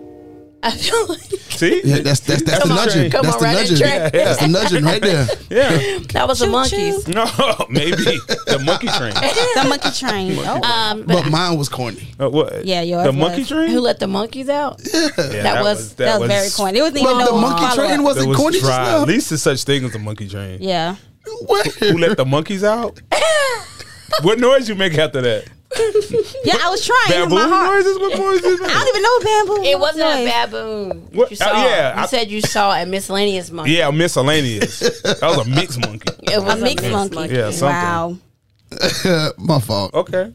[SPEAKER 2] I feel like
[SPEAKER 3] See?
[SPEAKER 4] Yeah, that's that's that's
[SPEAKER 3] Come
[SPEAKER 4] the
[SPEAKER 3] on,
[SPEAKER 4] nudging.
[SPEAKER 2] come
[SPEAKER 4] That's
[SPEAKER 2] on,
[SPEAKER 4] the
[SPEAKER 2] right
[SPEAKER 4] nudging.
[SPEAKER 2] track. Yeah,
[SPEAKER 4] That's the nudging right there.
[SPEAKER 3] yeah.
[SPEAKER 2] that was the monkeys.
[SPEAKER 3] No, maybe the monkey train.
[SPEAKER 1] The monkey train. Oh,
[SPEAKER 2] Um, but,
[SPEAKER 4] But mine was corny.
[SPEAKER 3] Uh, what?
[SPEAKER 1] Yeah, yours
[SPEAKER 3] The
[SPEAKER 1] was.
[SPEAKER 3] monkey train.
[SPEAKER 2] who let the monkeys out?
[SPEAKER 3] Yeah,
[SPEAKER 2] that was-
[SPEAKER 1] that, was, very corny. It wasn't even
[SPEAKER 4] But
[SPEAKER 1] no
[SPEAKER 4] the monkey
[SPEAKER 1] follow-up.
[SPEAKER 4] train
[SPEAKER 3] That
[SPEAKER 4] wasn't
[SPEAKER 3] was
[SPEAKER 4] corny just
[SPEAKER 3] dry.
[SPEAKER 4] now.
[SPEAKER 3] At least there's such thing as a monkey train.
[SPEAKER 1] Yeah,
[SPEAKER 3] Who
[SPEAKER 4] Where?
[SPEAKER 3] let the monkeys out? what noise you make after that?
[SPEAKER 1] yeah. I was trying. It was
[SPEAKER 3] Bamboo
[SPEAKER 1] my heart.
[SPEAKER 3] noises? What noise you make?
[SPEAKER 1] I don't even know bamboo.
[SPEAKER 2] It wasn't a
[SPEAKER 1] noise.
[SPEAKER 2] baboon.
[SPEAKER 3] What-
[SPEAKER 2] You
[SPEAKER 3] uh,
[SPEAKER 2] saw.
[SPEAKER 3] yeah,
[SPEAKER 2] you
[SPEAKER 3] I-
[SPEAKER 2] said you saw a miscellaneous monkey.
[SPEAKER 3] Yeah, miscellaneous. that was a mixed monkey.
[SPEAKER 2] It was
[SPEAKER 1] A mixed monkey.
[SPEAKER 3] Yeah, something.
[SPEAKER 1] wow.
[SPEAKER 4] My fault.
[SPEAKER 2] Oh.
[SPEAKER 3] Okay.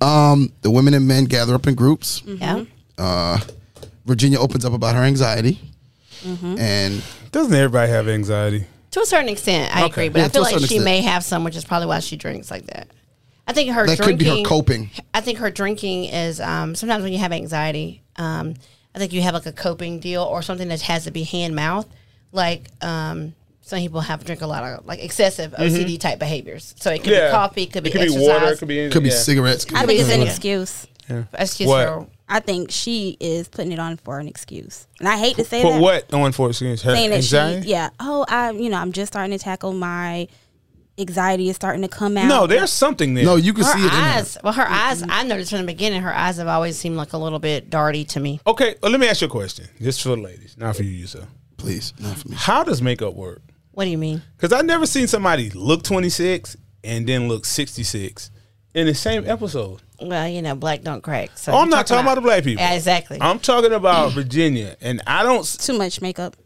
[SPEAKER 4] Um, the women and men gather up in groups.
[SPEAKER 2] Yeah.
[SPEAKER 4] Uh, Virginia opens up about her anxiety,
[SPEAKER 2] Mm-hmm.
[SPEAKER 4] and
[SPEAKER 3] Doesn't everybody have anxiety?
[SPEAKER 2] To a certain extent, I
[SPEAKER 3] Okay.
[SPEAKER 2] agree, but
[SPEAKER 4] Yeah,
[SPEAKER 2] I
[SPEAKER 4] to a
[SPEAKER 2] feel like
[SPEAKER 4] certain
[SPEAKER 2] she
[SPEAKER 4] extent.
[SPEAKER 2] may have some, which is probably why she drinks like that. I think her
[SPEAKER 4] that could
[SPEAKER 2] drinking.
[SPEAKER 4] be her coping.
[SPEAKER 2] I think her drinking is um, sometimes when you have anxiety. Um, I think you have like a coping deal or something that has to be hand mouth. Like um, some people have drink a lot of like excessive OCD type behaviors. So it could
[SPEAKER 3] Mm-hmm. Yeah.
[SPEAKER 2] be coffee, could be
[SPEAKER 3] it could
[SPEAKER 2] exercise.
[SPEAKER 3] be water, it could be anything.
[SPEAKER 4] Could be
[SPEAKER 3] yeah.
[SPEAKER 4] cigarettes.
[SPEAKER 1] I think it's an
[SPEAKER 2] Yeah.
[SPEAKER 1] excuse.
[SPEAKER 2] Excuse
[SPEAKER 3] What?
[SPEAKER 2] for-
[SPEAKER 1] I think she is putting it on for an excuse, and I hate to say
[SPEAKER 3] Put
[SPEAKER 1] that.
[SPEAKER 3] what on for excuse? Her
[SPEAKER 1] Saying that
[SPEAKER 3] anxiety?
[SPEAKER 1] she, yeah. Oh, I, you know, I'm just starting to tackle my anxiety is starting to come out.
[SPEAKER 3] No, there's something there.
[SPEAKER 4] No, you can see
[SPEAKER 2] Her
[SPEAKER 4] it. In her.
[SPEAKER 2] eyes, well, her eyes. I noticed from the beginning, her eyes have always seemed like a little bit darty to me.
[SPEAKER 3] Okay, well, let me ask you a question. Just for the ladies, not for you, yourself.
[SPEAKER 4] Please, not for me.
[SPEAKER 3] How does makeup work?
[SPEAKER 2] What do you mean?
[SPEAKER 3] Because I've never seen somebody look 26 and then look 66 in the same episode.
[SPEAKER 2] Well, you know, black don't crack. So
[SPEAKER 3] Oh, I'm
[SPEAKER 2] you're
[SPEAKER 3] not talking about the black people.
[SPEAKER 2] Yeah, exactly.
[SPEAKER 3] I'm talking about Virginia, and I don't. s-
[SPEAKER 1] too much makeup.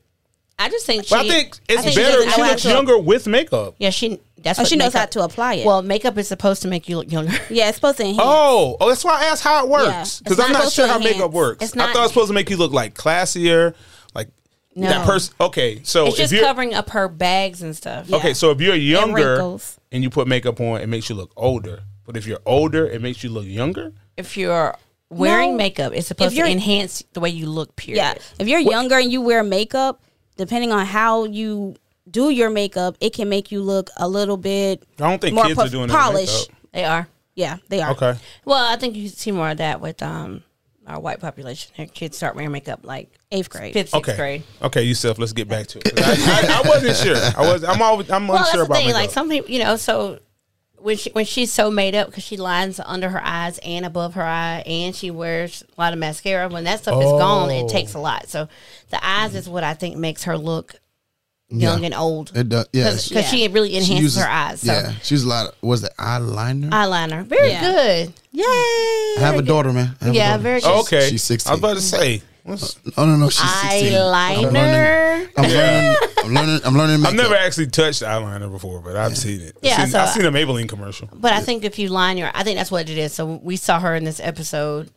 [SPEAKER 2] I just think. She,
[SPEAKER 3] But I think it's
[SPEAKER 2] think she
[SPEAKER 3] better.
[SPEAKER 2] doesn't
[SPEAKER 3] She
[SPEAKER 2] know how
[SPEAKER 3] looks
[SPEAKER 2] to-
[SPEAKER 3] younger with makeup.
[SPEAKER 2] Yeah, she. That's
[SPEAKER 1] Oh,
[SPEAKER 2] what
[SPEAKER 1] she knows
[SPEAKER 2] makeup-
[SPEAKER 1] how to apply it.
[SPEAKER 2] Well, makeup is supposed to make you look younger.
[SPEAKER 1] yeah, it's supposed to enhance.
[SPEAKER 3] Oh, oh, that's why I asked how it works
[SPEAKER 1] It's
[SPEAKER 3] because
[SPEAKER 1] not
[SPEAKER 3] I'm not
[SPEAKER 1] supposed
[SPEAKER 3] sure
[SPEAKER 1] to
[SPEAKER 3] how
[SPEAKER 1] enhance.
[SPEAKER 3] makeup works.
[SPEAKER 2] It's
[SPEAKER 3] I
[SPEAKER 2] not-
[SPEAKER 3] thought it was supposed to make you look like classier, like that
[SPEAKER 2] No.
[SPEAKER 3] person. Okay, so
[SPEAKER 2] it's
[SPEAKER 3] Oh, if
[SPEAKER 2] just
[SPEAKER 3] you're
[SPEAKER 2] covering up her bags and stuff.
[SPEAKER 3] okay,
[SPEAKER 1] yeah.
[SPEAKER 3] so if you're younger and,
[SPEAKER 1] wrinkles.
[SPEAKER 3] you put makeup on, it makes you look older. But if you're older, it makes you look younger.
[SPEAKER 2] If you're wearing
[SPEAKER 1] No.
[SPEAKER 2] makeup, it's supposed to
[SPEAKER 1] you're-
[SPEAKER 2] enhance the way you look. Period.
[SPEAKER 1] Yeah. If you're younger and you wear makeup, depending on how you do your makeup, it can make you look a little bit
[SPEAKER 3] I don't think
[SPEAKER 1] more
[SPEAKER 3] kids
[SPEAKER 1] po-
[SPEAKER 3] are doing that with
[SPEAKER 1] polished.
[SPEAKER 2] they are.
[SPEAKER 1] Yeah, they are.
[SPEAKER 3] Okay,
[SPEAKER 2] Well, I think you see more of that with um our white population. Their kids start wearing makeup like
[SPEAKER 1] Eighth grade.
[SPEAKER 2] fifth, sixth
[SPEAKER 3] okay,
[SPEAKER 2] grade.
[SPEAKER 3] okay. Yourself, let's get back to it. 'Cause I, I, I wasn't sure. I was. I'm always. I'm
[SPEAKER 2] Well,
[SPEAKER 3] unsure
[SPEAKER 2] that's the
[SPEAKER 3] about
[SPEAKER 2] thing.
[SPEAKER 3] makeup.
[SPEAKER 2] Like some people, you know, so when she when she's so made up because she lines under her eyes and above her eye, and she wears a lot of mascara. When that stuff is gone, it takes a lot. So the eyes is what I think makes her look young and old.
[SPEAKER 4] It does. Yeah,
[SPEAKER 2] because she really enhances her eyes. So
[SPEAKER 4] Yeah, she's a lot. Of, was it eyeliner?
[SPEAKER 2] eyeliner, very
[SPEAKER 1] Yeah.
[SPEAKER 2] good.
[SPEAKER 4] I have a daughter, man. I have a
[SPEAKER 2] Yeah,
[SPEAKER 4] daughter.
[SPEAKER 2] very good.
[SPEAKER 3] Oh, okay,
[SPEAKER 4] She's
[SPEAKER 3] I was
[SPEAKER 4] 16.
[SPEAKER 3] about to say. what's-
[SPEAKER 4] Oh no, no, she's sixteen. I'm learning.
[SPEAKER 2] eyeliner.
[SPEAKER 4] I'm learning. I'm learning. I'm learning
[SPEAKER 3] I've
[SPEAKER 4] makeup.
[SPEAKER 3] never actually touched eyeliner before, but I've seen it.
[SPEAKER 2] Yeah,
[SPEAKER 3] I've seen,
[SPEAKER 2] so
[SPEAKER 3] I've seen a Maybelline commercial.
[SPEAKER 2] But I think if you line your, I think that's what it is. So we saw her in this episode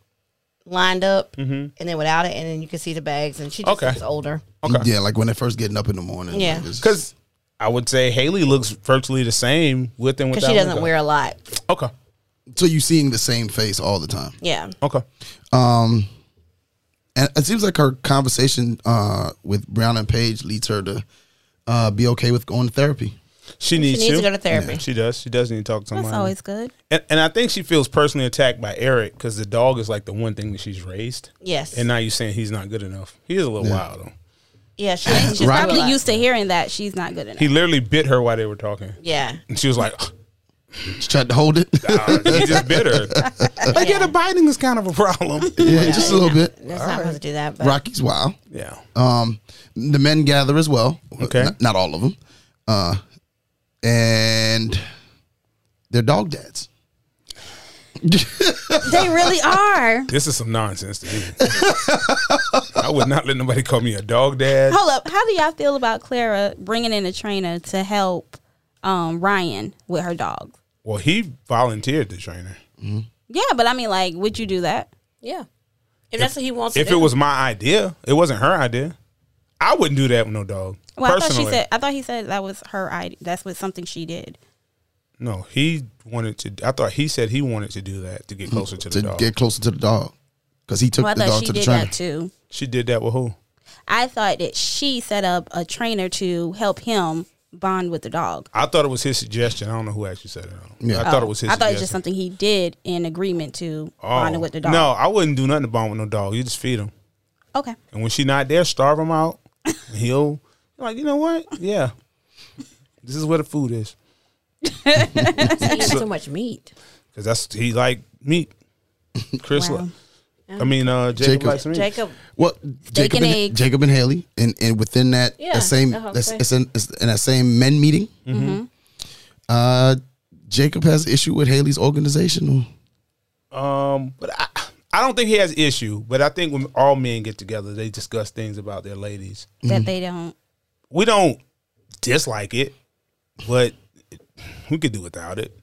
[SPEAKER 2] lined up, and then without it, and then you can see the bags, and she just
[SPEAKER 3] Mm-hmm. Okay.
[SPEAKER 2] looks older.
[SPEAKER 3] Okay.
[SPEAKER 4] Yeah, like when they're first getting up in the morning.
[SPEAKER 2] Yeah.
[SPEAKER 4] like, it's-
[SPEAKER 3] Because I would say Haley looks virtually the same with and
[SPEAKER 2] Because
[SPEAKER 3] without.
[SPEAKER 2] she doesn't
[SPEAKER 3] makeup.
[SPEAKER 2] wear a lot.
[SPEAKER 3] Okay.
[SPEAKER 4] so you're seeing the same face all the time.
[SPEAKER 2] Yeah.
[SPEAKER 3] Okay.
[SPEAKER 4] Um, and it seems like her conversation uh, with Brown and Paige leads her to uh, be okay with going to therapy.
[SPEAKER 3] She needs,
[SPEAKER 2] needs to go to therapy.
[SPEAKER 3] She does. She does need to talk to
[SPEAKER 1] That's
[SPEAKER 3] someone.
[SPEAKER 1] always good.
[SPEAKER 3] and, and I think she feels personally attacked by Eric because the dog is like the one thing that she's raised.
[SPEAKER 2] Yes.
[SPEAKER 3] And now you're saying he's not good enough. He is a little wild though.
[SPEAKER 2] yeah. She, she's probably
[SPEAKER 4] Right.
[SPEAKER 1] Probably
[SPEAKER 2] like-
[SPEAKER 1] used to hearing that she's not good enough.
[SPEAKER 3] He literally bit her while they were talking.
[SPEAKER 2] Yeah.
[SPEAKER 3] And she was like,
[SPEAKER 4] She tried to hold it.
[SPEAKER 3] "Ah, he just bit her. Like, yeah, the biting is kind of a problem.
[SPEAKER 4] yeah, just a little bit.
[SPEAKER 2] That's not supposed to do that. But
[SPEAKER 4] Rocky's wild.
[SPEAKER 3] yeah.
[SPEAKER 4] Um, the men gather as well.
[SPEAKER 3] Okay.
[SPEAKER 4] Not, not all of them. Uh, and they're dog dads.
[SPEAKER 1] they really are.
[SPEAKER 3] This is some nonsense to me. I would not let nobody call me a dog dad.
[SPEAKER 1] Hold up. How do y'all feel about Clara bringing in a trainer to help um, Ryan with her dog?
[SPEAKER 3] Well, he volunteered the trainer.
[SPEAKER 1] Yeah, but I mean, like, would you do that?
[SPEAKER 2] yeah. If that's what he wants
[SPEAKER 3] If
[SPEAKER 2] to
[SPEAKER 3] it
[SPEAKER 2] do.
[SPEAKER 3] was my idea, it wasn't her idea. I wouldn't do that with no dog.
[SPEAKER 1] Well, I thought
[SPEAKER 3] personally,
[SPEAKER 1] she said. I thought he said that was her idea. That's what something she did.
[SPEAKER 3] no. He wanted to. I thought he said he wanted to do that to get closer to the
[SPEAKER 4] to
[SPEAKER 3] dog.
[SPEAKER 4] get closer to the dog because he took
[SPEAKER 1] Well, I
[SPEAKER 4] the
[SPEAKER 1] thought
[SPEAKER 4] dog
[SPEAKER 1] she
[SPEAKER 4] to the
[SPEAKER 1] did
[SPEAKER 4] trainer.
[SPEAKER 1] that too.
[SPEAKER 3] she did that with who?
[SPEAKER 1] I thought that she set up a trainer to help him bond with the dog.
[SPEAKER 3] I thought it was his suggestion. I don't know who actually said it. On.
[SPEAKER 4] Yeah.
[SPEAKER 3] I thought it was his.
[SPEAKER 1] I thought it
[SPEAKER 3] suggestion.
[SPEAKER 1] was just something he did in agreement to
[SPEAKER 3] Oh.
[SPEAKER 1] bonding with the dog.
[SPEAKER 3] No, Mm-hmm. I wouldn't do nothing to bond with no dog. You just feed him,
[SPEAKER 1] Okay.
[SPEAKER 3] and when she not there, starve him out. He'll like you know what? Yeah, this is where the food is
[SPEAKER 2] Eating so much meat.
[SPEAKER 3] because that's he like meat. Chris,
[SPEAKER 1] Wow.
[SPEAKER 3] li- I mean uh, Jacob,
[SPEAKER 4] Jacob.
[SPEAKER 3] likes meat.
[SPEAKER 2] Jacob.
[SPEAKER 4] Well, Jacob
[SPEAKER 1] and
[SPEAKER 4] and,
[SPEAKER 1] eggs.
[SPEAKER 4] Jacob and Haley, and, and within that,
[SPEAKER 2] Yeah,
[SPEAKER 4] that same
[SPEAKER 2] the whole
[SPEAKER 4] that's,
[SPEAKER 2] thing.
[SPEAKER 4] it's in, it's in that same men meeting, uh, Jacob has an issue with Haley's organizational.
[SPEAKER 3] Um, but I, I don't think he has issue. But I think when all men get together, they discuss things about their ladies.
[SPEAKER 1] That they don't.
[SPEAKER 3] We don't dislike it, but we could do without it.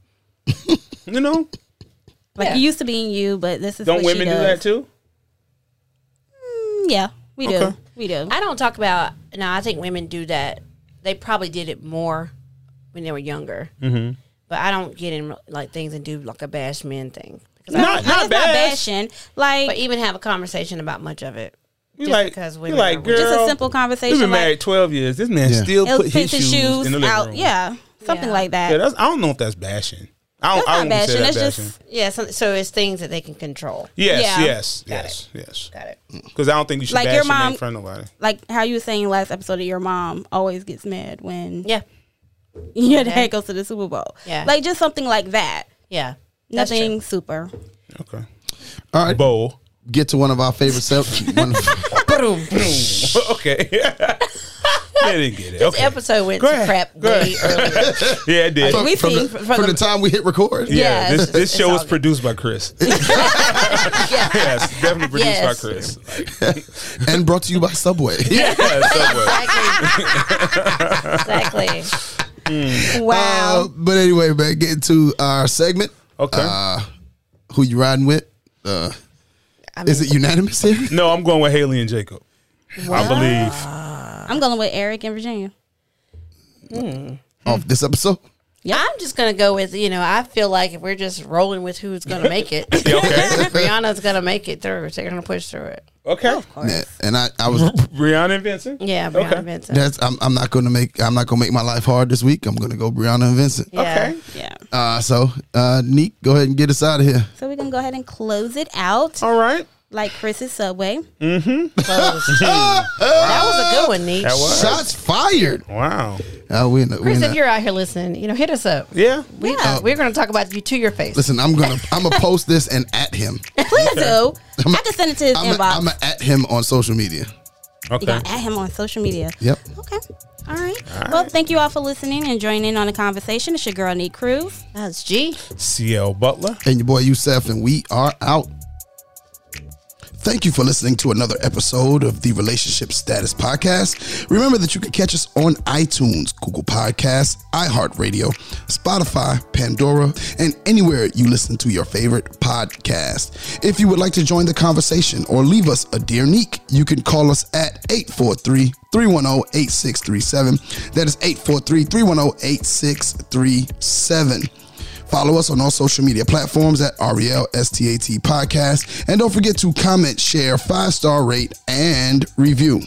[SPEAKER 3] you know,
[SPEAKER 1] Like
[SPEAKER 2] Yeah.
[SPEAKER 1] you used to being you, but this is
[SPEAKER 3] don't
[SPEAKER 1] what
[SPEAKER 3] women
[SPEAKER 1] she
[SPEAKER 3] do
[SPEAKER 1] does.
[SPEAKER 3] that too?
[SPEAKER 1] Mm, Yeah, we do.
[SPEAKER 3] Okay.
[SPEAKER 1] We do.
[SPEAKER 2] I don't talk about. No, I think women do that. They probably did it more when they were younger. Mm-hmm. But I don't get in like things and do like a bash men thing. 'Cause I
[SPEAKER 3] Not
[SPEAKER 1] Like,
[SPEAKER 3] not
[SPEAKER 1] it's not
[SPEAKER 3] bad.
[SPEAKER 1] bashing. Like
[SPEAKER 2] But even have a conversation about much of it.
[SPEAKER 3] You
[SPEAKER 2] Just
[SPEAKER 3] like
[SPEAKER 2] because
[SPEAKER 3] you
[SPEAKER 2] women
[SPEAKER 3] like
[SPEAKER 2] are
[SPEAKER 3] girl.
[SPEAKER 2] weird.
[SPEAKER 1] Just a simple
[SPEAKER 3] We've
[SPEAKER 1] conversation.
[SPEAKER 3] been
[SPEAKER 1] like,
[SPEAKER 3] married twelve years. This man
[SPEAKER 4] Yeah.
[SPEAKER 3] still
[SPEAKER 1] it'll
[SPEAKER 3] put his, shoes, in the living
[SPEAKER 1] out.
[SPEAKER 3] room.
[SPEAKER 1] Yeah, something
[SPEAKER 2] Yeah.
[SPEAKER 1] like that.
[SPEAKER 3] yeah. That's I don't know if that's bashing. I don't.
[SPEAKER 1] That's
[SPEAKER 3] I
[SPEAKER 1] not
[SPEAKER 3] wouldn't say
[SPEAKER 1] bashing,
[SPEAKER 3] that
[SPEAKER 1] that's
[SPEAKER 3] bashing.
[SPEAKER 1] just-
[SPEAKER 2] Yeah, so, so it's things that they can control.
[SPEAKER 3] yes,
[SPEAKER 1] Yeah.
[SPEAKER 3] yes, yes, yes.
[SPEAKER 2] Got it.
[SPEAKER 3] Because I don't think you should
[SPEAKER 1] Like
[SPEAKER 3] bash
[SPEAKER 1] your
[SPEAKER 3] your mom,
[SPEAKER 1] mom-
[SPEAKER 3] in front of nobody.
[SPEAKER 1] like how you were saying last episode that your mom always gets mad when
[SPEAKER 2] Yeah,
[SPEAKER 1] your dad goes to the Super Bowl.
[SPEAKER 2] Yeah.
[SPEAKER 1] Like just something like that.
[SPEAKER 2] yeah. That's true.
[SPEAKER 1] Nothing super.
[SPEAKER 3] Okay.
[SPEAKER 4] All right,
[SPEAKER 3] Bowl.
[SPEAKER 4] get to one of our favorite sub. one of-
[SPEAKER 3] okay. they didn't get it. Okay.
[SPEAKER 2] Episode went
[SPEAKER 3] Go
[SPEAKER 2] to
[SPEAKER 3] ahead.
[SPEAKER 2] crap
[SPEAKER 3] Go
[SPEAKER 2] way early.
[SPEAKER 3] Yeah, it did.
[SPEAKER 4] from,
[SPEAKER 1] We
[SPEAKER 4] from
[SPEAKER 1] see-
[SPEAKER 4] the,
[SPEAKER 1] from
[SPEAKER 4] from the time we hit record.
[SPEAKER 3] Yeah,
[SPEAKER 2] Yeah,
[SPEAKER 3] this,
[SPEAKER 2] it's-
[SPEAKER 3] this
[SPEAKER 2] it's
[SPEAKER 3] show
[SPEAKER 2] all
[SPEAKER 3] was
[SPEAKER 2] good.
[SPEAKER 3] produced by Chris.
[SPEAKER 2] yeah,
[SPEAKER 3] yes, definitely produced
[SPEAKER 2] Yes.
[SPEAKER 3] by Chris. Like,
[SPEAKER 4] and brought to you by Subway.
[SPEAKER 3] yeah, Subway.
[SPEAKER 2] exactly. exactly.
[SPEAKER 1] Wow.
[SPEAKER 4] Uh, but anyway, man, getting to our segment.
[SPEAKER 3] Okay.
[SPEAKER 4] Uh, who you riding with? Uh,
[SPEAKER 2] I
[SPEAKER 4] is it unanimous here?
[SPEAKER 3] no, I'm going with Haley and Jacob. I believe.
[SPEAKER 1] I'm going with Eric and Virginia.
[SPEAKER 4] Off this episode.
[SPEAKER 2] I'm just gonna go with you know. I feel like if we're just rolling with who's gonna make it,
[SPEAKER 3] Yeah, okay.
[SPEAKER 2] Rihanna's gonna make it through. They're gonna push through it.
[SPEAKER 3] Okay.
[SPEAKER 4] Yeah, and I, I was.
[SPEAKER 3] Brianna and Vincent.
[SPEAKER 2] Yeah, Brianna
[SPEAKER 3] Okay.
[SPEAKER 2] Vincent.
[SPEAKER 4] That's, I'm, I'm not gonna make. I'm not gonna make my life hard this week. I'm gonna go Brianna and Vincent.
[SPEAKER 2] yeah.
[SPEAKER 3] Okay.
[SPEAKER 1] Yeah.
[SPEAKER 4] Uh, so, uh, Neek, go ahead and get us out of here.
[SPEAKER 1] So we're going to go ahead and close it out
[SPEAKER 3] All right.
[SPEAKER 1] like Chris's Subway.
[SPEAKER 3] Mm-hmm.
[SPEAKER 2] Close. that was a good one, Niche.
[SPEAKER 3] That was.
[SPEAKER 4] Shots fired.
[SPEAKER 3] Wow.
[SPEAKER 4] Uh, we in the, we
[SPEAKER 2] Chris,
[SPEAKER 4] in
[SPEAKER 2] if
[SPEAKER 4] the-
[SPEAKER 2] you're out here listening, you know, hit us up.
[SPEAKER 3] Yeah.
[SPEAKER 2] We, uh, We're going to talk about you to your face.
[SPEAKER 4] listen, I'm gonna. I'm gonna post this and at him.
[SPEAKER 1] Please do. I can send it to his
[SPEAKER 4] I'm
[SPEAKER 1] inbox.
[SPEAKER 4] gonna at him on social media.
[SPEAKER 1] you
[SPEAKER 3] Okay.
[SPEAKER 1] got to add him on social media.
[SPEAKER 4] Yep.
[SPEAKER 1] Okay. All right. Well, thank you all for listening and joining in on the conversation. It's your girl, Neat Cruz.
[SPEAKER 2] That's G.
[SPEAKER 3] CL Butler.
[SPEAKER 4] and your boy Youssef, and we are out. Thank you for listening to another episode of the Relationship Status Podcast. Remember that you can catch us on iTunes, Google Podcasts, iHeartRadio, Spotify, Pandora, and anywhere you listen to your favorite podcast. If you would like to join the conversation or leave us a dear nick, you can call us at 843 310 8637. That is 843 310 8637. Follow us on all social media platforms at REL STAT Podcast. And don't forget to comment, share, five star rate, and review.